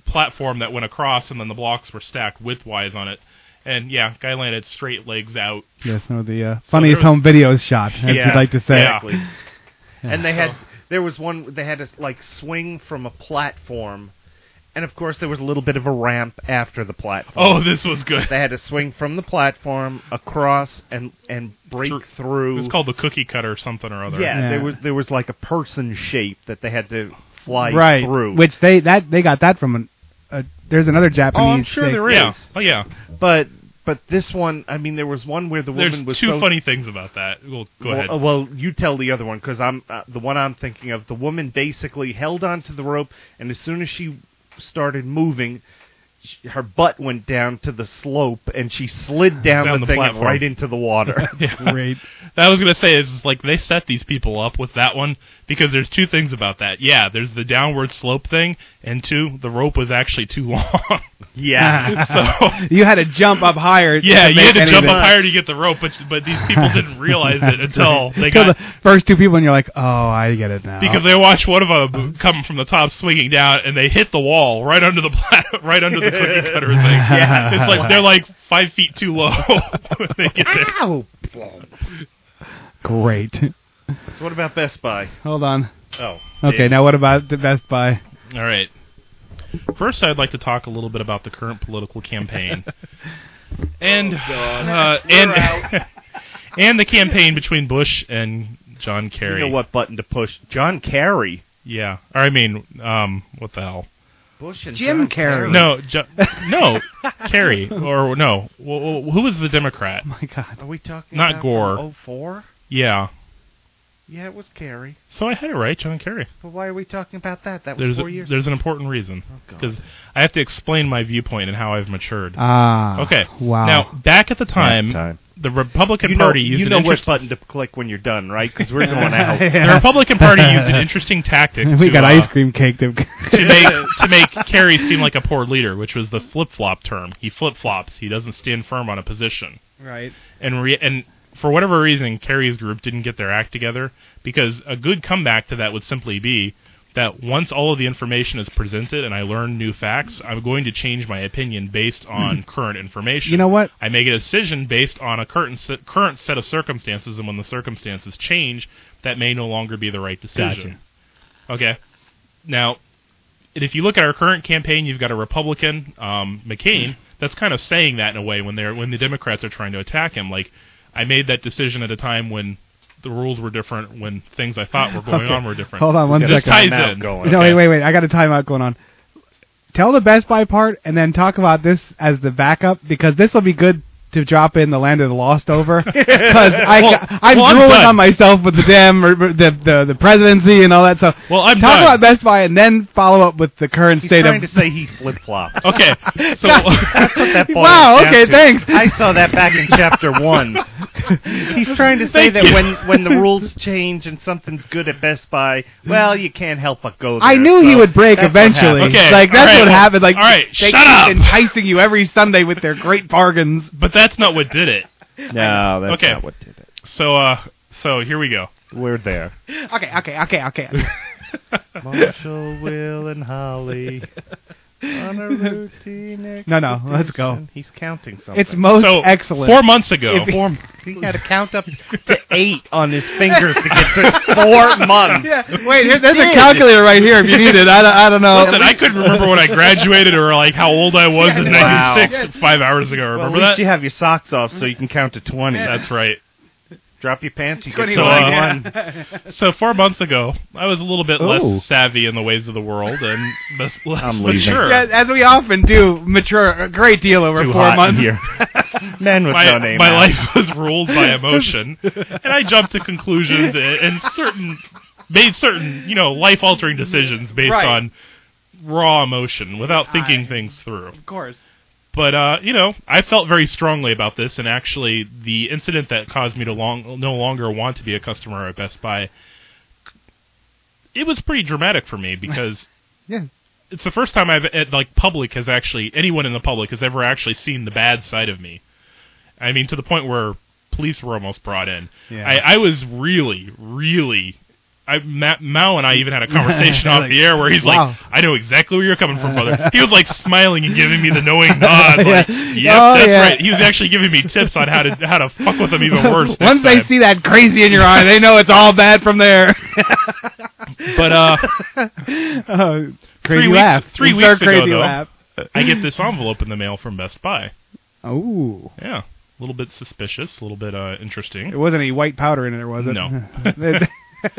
S10: platform that went across, and then the blocks were stacked widthwise on it. And yeah, guy landed straight legs out.
S9: Yes, no, the uh,
S10: So
S9: funniest
S10: there was-
S9: home videos shot, as
S10: Yeah,
S9: you'd like to say.
S10: exactly.
S11: And they had there was one they had to like swing from a platform, and of course there was a little bit of a ramp after the platform.
S10: Oh, this was good.
S11: They had to swing from the platform across and and break through.
S10: It's called the cookie cutter or something or other.
S11: yeah, there was there was like a person shape that they had to fly
S9: right.
S11: through.
S9: Which they that they got that from an. Uh, there's another
S11: oh,
S9: Japanese.
S11: I'm sure
S9: thing.
S11: there is.
S10: Oh yeah,
S11: but but this one, I mean, there was one where the
S10: There's
S11: woman was
S10: two
S11: so
S10: funny things about that. Well, go
S11: well,
S10: ahead.
S11: uh, well, you tell the other one because I'm uh, the one I'm thinking of. The woman basically held onto the rope, and as soon as she started moving, sh her butt went down to the slope, and she slid down,
S10: Down
S11: the,
S10: the
S11: thing and
S10: platform.
S11: right into the water.
S9: Great.
S10: That I was gonna say is it's like they set these people up with that one because there's two things about that. Yeah, there's the downward slope thing, and two, the rope was actually too long.
S11: Yeah.
S10: so
S9: you had to jump up higher.
S10: yeah,
S9: to
S10: you
S9: make
S10: had to jump
S9: anything.
S10: up higher to get the rope, but but these people didn't realize it
S9: That's
S10: until
S9: great.
S10: they
S9: 'Til
S10: got
S9: the first two people, and you're like, oh, I get it now.
S10: because they watched one of them come from the top swinging down, and they hit the wall right under the pla- right under the cookie cutter thing.
S9: Yeah.
S10: it's like they're like five feet too low when they get there.
S9: Ow! Great.
S11: so what about Best Buy?
S9: Hold on.
S11: Oh.
S9: Okay, now what about the Best Buy?
S10: All right. First, I'd like to talk a little bit about the current political campaign, and
S11: Oh,
S10: uh, and and the campaign between Bush and John Kerry.
S11: You know what button to push? John Kerry.
S10: Yeah, or I mean, um, what the hell?
S11: Bush and
S7: Jim
S11: John
S7: Kerry.
S10: No, jo- no, Kerry, or no, well, who was the Democrat?
S9: Oh My God.
S11: Are we talking
S10: Not
S11: about
S10: Gore.
S11: Oh four?
S10: Yeah,
S11: Yeah, it was Kerry.
S10: so I had it right, John Kerry.
S11: But why are we talking about that? That was
S10: There's
S11: four
S10: a-
S11: years. Oh,
S10: there's an important reason
S11: God.
S10: because I have to explain my viewpoint and how I've matured.
S9: Ah.
S10: okay,
S9: Wow.
S10: Now back at the time,
S11: time.
S10: the Republican
S11: you know,
S10: Party used
S11: you
S10: an
S11: know
S10: interest-
S11: which button to click when you're done, right? Because we're going out.
S10: The Republican Party used an interesting tactic.
S9: we
S10: to,
S9: got
S10: uh,
S9: ice cream cake. To...
S10: to make to make Kerry seem like a poor leader, which was the flip flop term. He flip flops. He doesn't stand firm on a position.
S9: right.
S10: And re- and for whatever reason, Kerry's group didn't get their act together because a good comeback to that would simply be that once all of the information is presented and I learn new facts, I'm going to change my opinion based on current information.
S9: You know what?
S10: I make a decision based on a current se- current set of circumstances, and when the circumstances change, that may no longer be the right decision. Okay. Now, And if you look at our current campaign, you've got a Republican, um, McCain,
S9: Mm-hmm.
S10: that's kind of saying that in a way when they're when the Democrats are trying to attack him. Like, I made that decision at a time when the rules were different, when things I thought were going
S9: Okay.
S10: on were different.
S9: Hold on one
S10: This
S9: second.
S10: ties in.
S9: No, wait, wait, wait. I got a timeout going on. Tell the Best Buy part and then talk about this as the backup because this will be good to drop in the Land of the Lost over because I
S10: Well-
S9: I'm
S10: well, I'm
S9: drooling
S10: done.
S9: on myself with the damn or the, the the presidency and all that stuff.
S10: Well, I'm
S9: talk
S10: done.
S9: about Best Buy and then follow up with the current
S11: He's
S9: state
S11: trying
S9: of
S11: to say he flip flops.
S10: Okay, so
S11: that's what that boils
S9: Wow,
S11: down
S9: okay,
S11: to.
S9: thanks.
S11: I saw that back in chapter one. He's trying to say
S9: Thank
S11: that
S9: you.
S11: when when the rules change and something's good at Best Buy, well, you can't help but go. There,
S9: I knew he
S11: so
S9: would break
S11: that's what
S9: eventually.
S11: happened.
S9: Like that's what happened. Like
S10: all right,
S9: they
S10: shut
S9: keep
S10: up.
S9: enticing you every Sunday with their great bargains.
S10: But that's not what did it.
S11: No, that's
S10: okay.
S11: not what did it.
S10: So, uh, so here we go.
S11: We're there.
S9: Okay, okay, okay, okay.
S11: Marshall, Will, and Holly on a routine.
S9: No, no, let's go.
S11: expedition. He's counting something.
S9: It's most So, Oh, excellent. four months ago- If-
S11: Four m- he had to count up to eight on his fingers to get to four months.
S9: Yeah. Wait, here,
S11: He
S9: there's a
S11: did.
S9: calculator right here if you need it. I don't, I don't know.
S10: Listen, I couldn't remember when I graduated or like how old I was in
S11: Wow.
S10: '96 five hours ago.
S11: Well, at
S10: Remember
S11: least
S10: that?
S11: you have your socks off so you can count to twenty.
S10: That's right.
S11: Drop your pants. You
S10: So,
S11: get
S10: uh,
S11: one.
S10: so four months ago, I was a little bit
S11: Ooh.
S10: less savvy in the ways of the world and less, less
S11: Oh. I'm leaving.
S10: mature.
S9: Yeah, as we often do, mature a great deal over
S11: too
S9: four
S11: hot in
S9: months.
S11: here. Men with
S10: my,
S11: no name.
S10: my
S11: out.
S10: life was ruled by emotion, and I jumped to conclusions and, and certain made certain you know life altering decisions based
S9: Right.
S10: on raw emotion without thinking things through.
S9: Of course.
S10: But uh, you know, I felt very strongly about this, and actually, the incident that caused me to long no longer want to be a customer at Best Buy, it was pretty dramatic for me because
S9: Yeah.
S10: it's the first time I've at, like public has actually anyone in the public has ever actually seen the bad side of me. I mean, to the point where police were almost brought in.
S9: Yeah.
S10: I, I was really, really. I, Ma- Mao and I even had a conversation off the air where he's
S9: Wow.
S10: like, "I know exactly where you're coming from, brother." He was like smiling and giving me the knowing nod, like,
S9: Yeah.
S10: "Yep,
S9: Oh,
S10: that's
S9: yeah.
S10: right." He was actually giving me tips on how to how to fuck with them even worse. next
S9: Once they
S10: time.
S9: see that crazy in your eye, they know it's all bad from there.
S10: but uh,
S9: uh,
S10: three
S9: crazy
S10: weeks,
S9: laugh.
S10: three
S9: It's
S10: weeks
S9: our
S10: ago,
S9: crazy
S10: though,
S9: laugh.
S10: I get this envelope in the mail from Best Buy.
S9: Oh,
S10: Yeah, a little bit suspicious, a little bit uh, interesting.
S9: it wasn't any white powder in it, was it?
S10: No.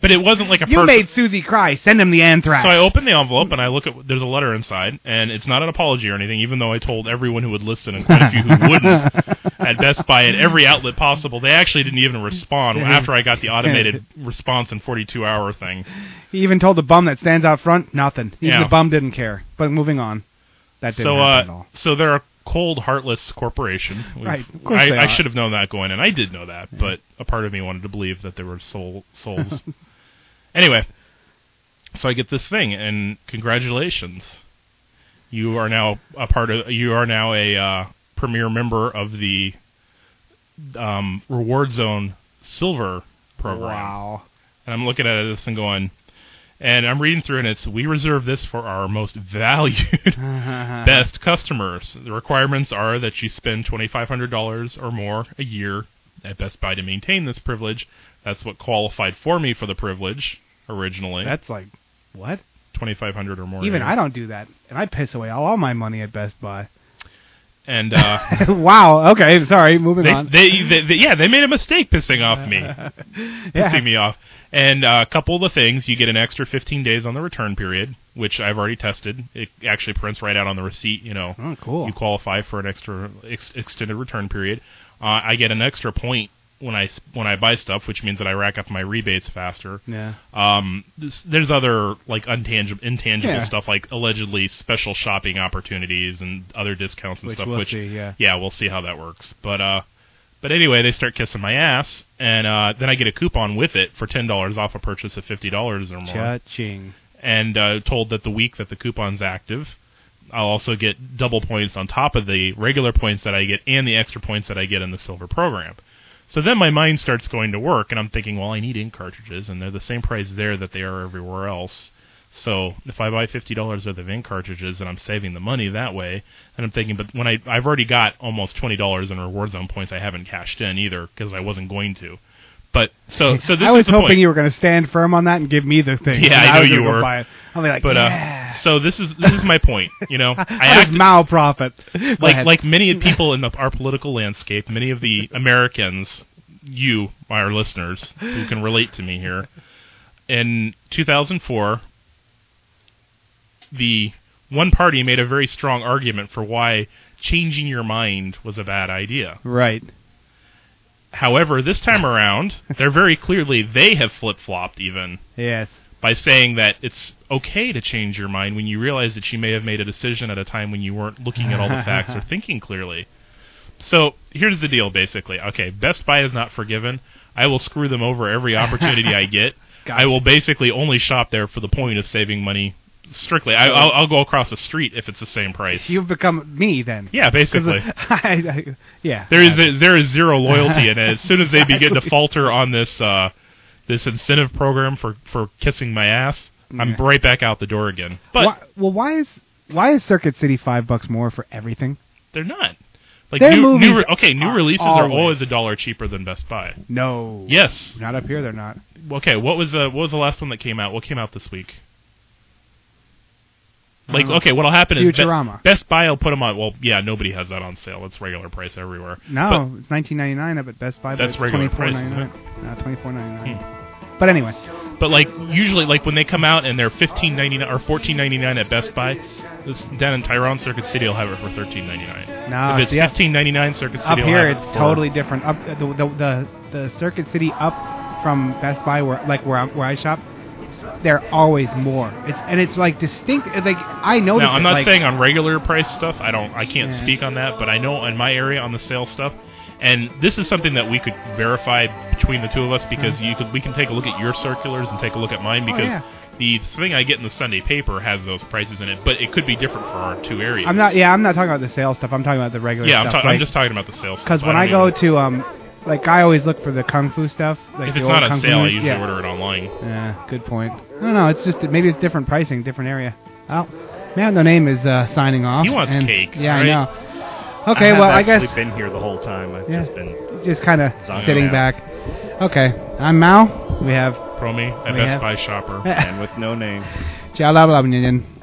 S10: But it wasn't like a
S9: you
S10: person-
S9: made Susie cry. Send him the anthrax.
S10: So I open the envelope and I look at there's a letter inside, and it's not an apology or anything, even though I told everyone who would listen and quite a few who wouldn't at Best Buy at every outlet possible. They actually didn't even respond after I got the automated response and 42 hour thing.
S9: He even told the bum that stands out front nothing. Even
S10: Yeah.
S9: the bum didn't care. But moving on, that didn't
S10: so
S9: happen
S10: uh,
S9: at all.
S10: so they're a cold, heartless corporation. We've-
S9: Right, of course
S10: I,
S9: they
S10: I
S9: are.
S10: should have known that going in. I did know that, but a part of me wanted to believe that there were soul souls. anyway, so I get this thing, and congratulations, you are now a part of. You are now a uh, premier member of the um, Reward Zone Silver program.
S9: Wow.
S10: And I'm looking at this and going. And I'm reading through, and it's we reserve this for our most valued
S9: Uh-huh.
S10: best customers. The requirements are that you spend $2,500 or more a year at Best Buy to maintain this privilege. That's what qualified for me for the privilege originally.
S9: That's like what?
S10: 2500 or more. a
S9: Even
S10: year.
S9: I don't do that, and I piss away all, all my money at Best Buy.
S10: And uh
S9: wow. Okay. Sorry. Moving
S10: they,
S9: on.
S10: they, they, they- yeah, they made a mistake pissing off me. Pissing me off. And uh, a couple of the things, you get an extra 15 days on the return period, which I've already tested. It actually prints right out on the receipt, you know.
S9: Oh, cool.
S10: You qualify for an extra ex- extended return period. Uh, I get an extra point when I s- when I buy stuff, which means that I rack up my rebates faster.
S9: Yeah.
S10: Um, this, there's other like untangible, intangible
S9: Yeah.
S10: stuff like allegedly special shopping opportunities and other discounts and
S9: Which
S10: stuff.
S9: we'll
S10: which
S9: see, yeah.
S10: we'll see how that works. But uh, but anyway, they start kissing my ass, and uh, then I get a coupon with it for ten dollars off a purchase of fifty dollars or more,
S9: Cha-ching.
S10: and uh, told that the week that the coupon's active. I'll also get double points on top of the regular points that I get and the extra points that I get in the silver program. So then my mind starts going to work, and I'm thinking, well, I need ink cartridges, and they're the same price there that they are everywhere else. So if I buy fifty dollars worth of ink cartridges, and I'm saving the money that way, and I'm thinking, but when I I've already got almost twenty dollars in reward zone points, I haven't cashed in either because I wasn't going to. But so so this
S9: I was
S10: is the
S9: hoping
S10: point.
S9: you were going to stand firm on that and give me the thing.
S10: Yeah,
S9: and
S10: I know
S9: was
S10: you
S9: gonna go
S10: were.
S9: buy it. I'll be like,
S10: but
S9: yeah.
S10: uh, so this is this is my point. You know, I
S9: What
S10: act
S9: is Mao profit? Go
S10: like
S9: ahead.
S10: like many people in the, our political landscape, many of the Americans, you, our listeners, who can relate to me here. In 2004, the one party made a very strong argument for why changing your mind was a bad idea.
S9: right.
S10: However, this time around, they're very clearly they have flip flopped even
S9: Yes.
S10: by saying that it's okay to change your mind when you realize that you may have made a decision at a time when you weren't looking at all the facts or thinking clearly. So here's the deal, basically. Okay, Best Buy is not forgiven. I will screw them over every opportunity I get. I will basically only shop there for the point of saving money strictly. I, I'll, I'll go across the street if it's the same price.
S9: You've become me then.
S10: Yeah, basically.
S9: 'Cause I- I- yeah.
S10: There is a, there is zero loyalty in it. As soon as they begin to falter on this uh, this incentive program for, for kissing my ass, I'm right back out the door again. But
S9: Why- well, why is why is Circuit City five bucks more for everything?
S10: they're not. Like
S9: Their
S10: new,
S9: movies
S10: new re- okay, new
S9: are
S10: releases are
S9: always-
S10: always a dollar cheaper than Best Buy.
S9: No.
S10: Yes.
S9: Not up here. They're not.
S10: Okay, what was uh, what was the last one that came out? What came out this week? Like
S9: Uh,
S10: okay, what'll happen is Be-
S9: Futurama.
S10: Best Buy will put them on. Well, yeah, nobody has that on sale. It's regular price everywhere. But
S9: No, it's nineteen ninety nine up at Best Buy.
S10: That's
S9: but it's
S10: regular
S9: twenty four
S10: price,
S9: ninety
S10: isn't
S9: nine. No, twenty four
S10: hmm.
S9: ninety nine. But anyway,
S10: But like usually, like when they come out and they're fifteen ninety nine or fourteen ninety nine at Best Buy, this down in Tyrone Circuit City will have it for thirteen ninety nine.
S9: No,
S10: if it's
S9: see, up-
S10: fifteen ninety nine Circuit City,
S9: up
S10: will
S9: here
S10: have
S9: it's
S10: it for-
S9: totally different. Up the, the the the Circuit City up from Best Buy where like where I, where I shop, they're always more. It's and it's like distinct. Like I noticed.
S10: Now I'm
S9: it,
S10: not
S9: like,
S10: saying on regular price stuff. I don't. I can't
S9: Yeah.
S10: speak on that. But I know in my area on the sale stuff, and this is something that we could verify between the two of us because you could we can take a look at your circulars and take a look at mine
S9: Mm-hmm. Oh,
S10: because.
S9: yeah.
S10: The thing I get in the Sunday paper has those prices in it, but it could be different for our two areas.
S9: I'm not. Yeah, I'm not talking about the sales stuff. I'm talking about the regular.
S10: Yeah, I'm,
S9: stuff,
S10: ta- I'm
S9: like-
S10: just talking about the sales.
S9: Because
S10: stuff.
S9: when I,
S10: don't
S9: go
S10: even-
S9: to um, like I always look for the kung fu stuff. Like
S10: if
S9: the
S10: it's
S9: old
S10: not
S9: kung
S10: on
S9: fu
S10: sale, I
S9: movies.
S10: usually
S9: yeah.
S10: order it online.
S9: Yeah, good point. I don't know. It's just that maybe it's different pricing, different area. Well, man, no name is uh, signing off.
S11: He wants
S9: and-
S11: cake,
S9: Yeah,
S11: right?
S9: I know. Okay,
S11: I have
S9: well, I guess
S11: actually been here the whole time. I've
S9: Yeah.
S11: just been
S9: just kind of
S11: zoning
S9: sitting
S11: out.
S9: back. Okay, I'm Mao. We have
S10: Promi, a
S9: we
S10: Best
S9: have
S10: Buy shopper.
S11: and with no name.
S9: Jiao Lao Lao Nyan Nyan.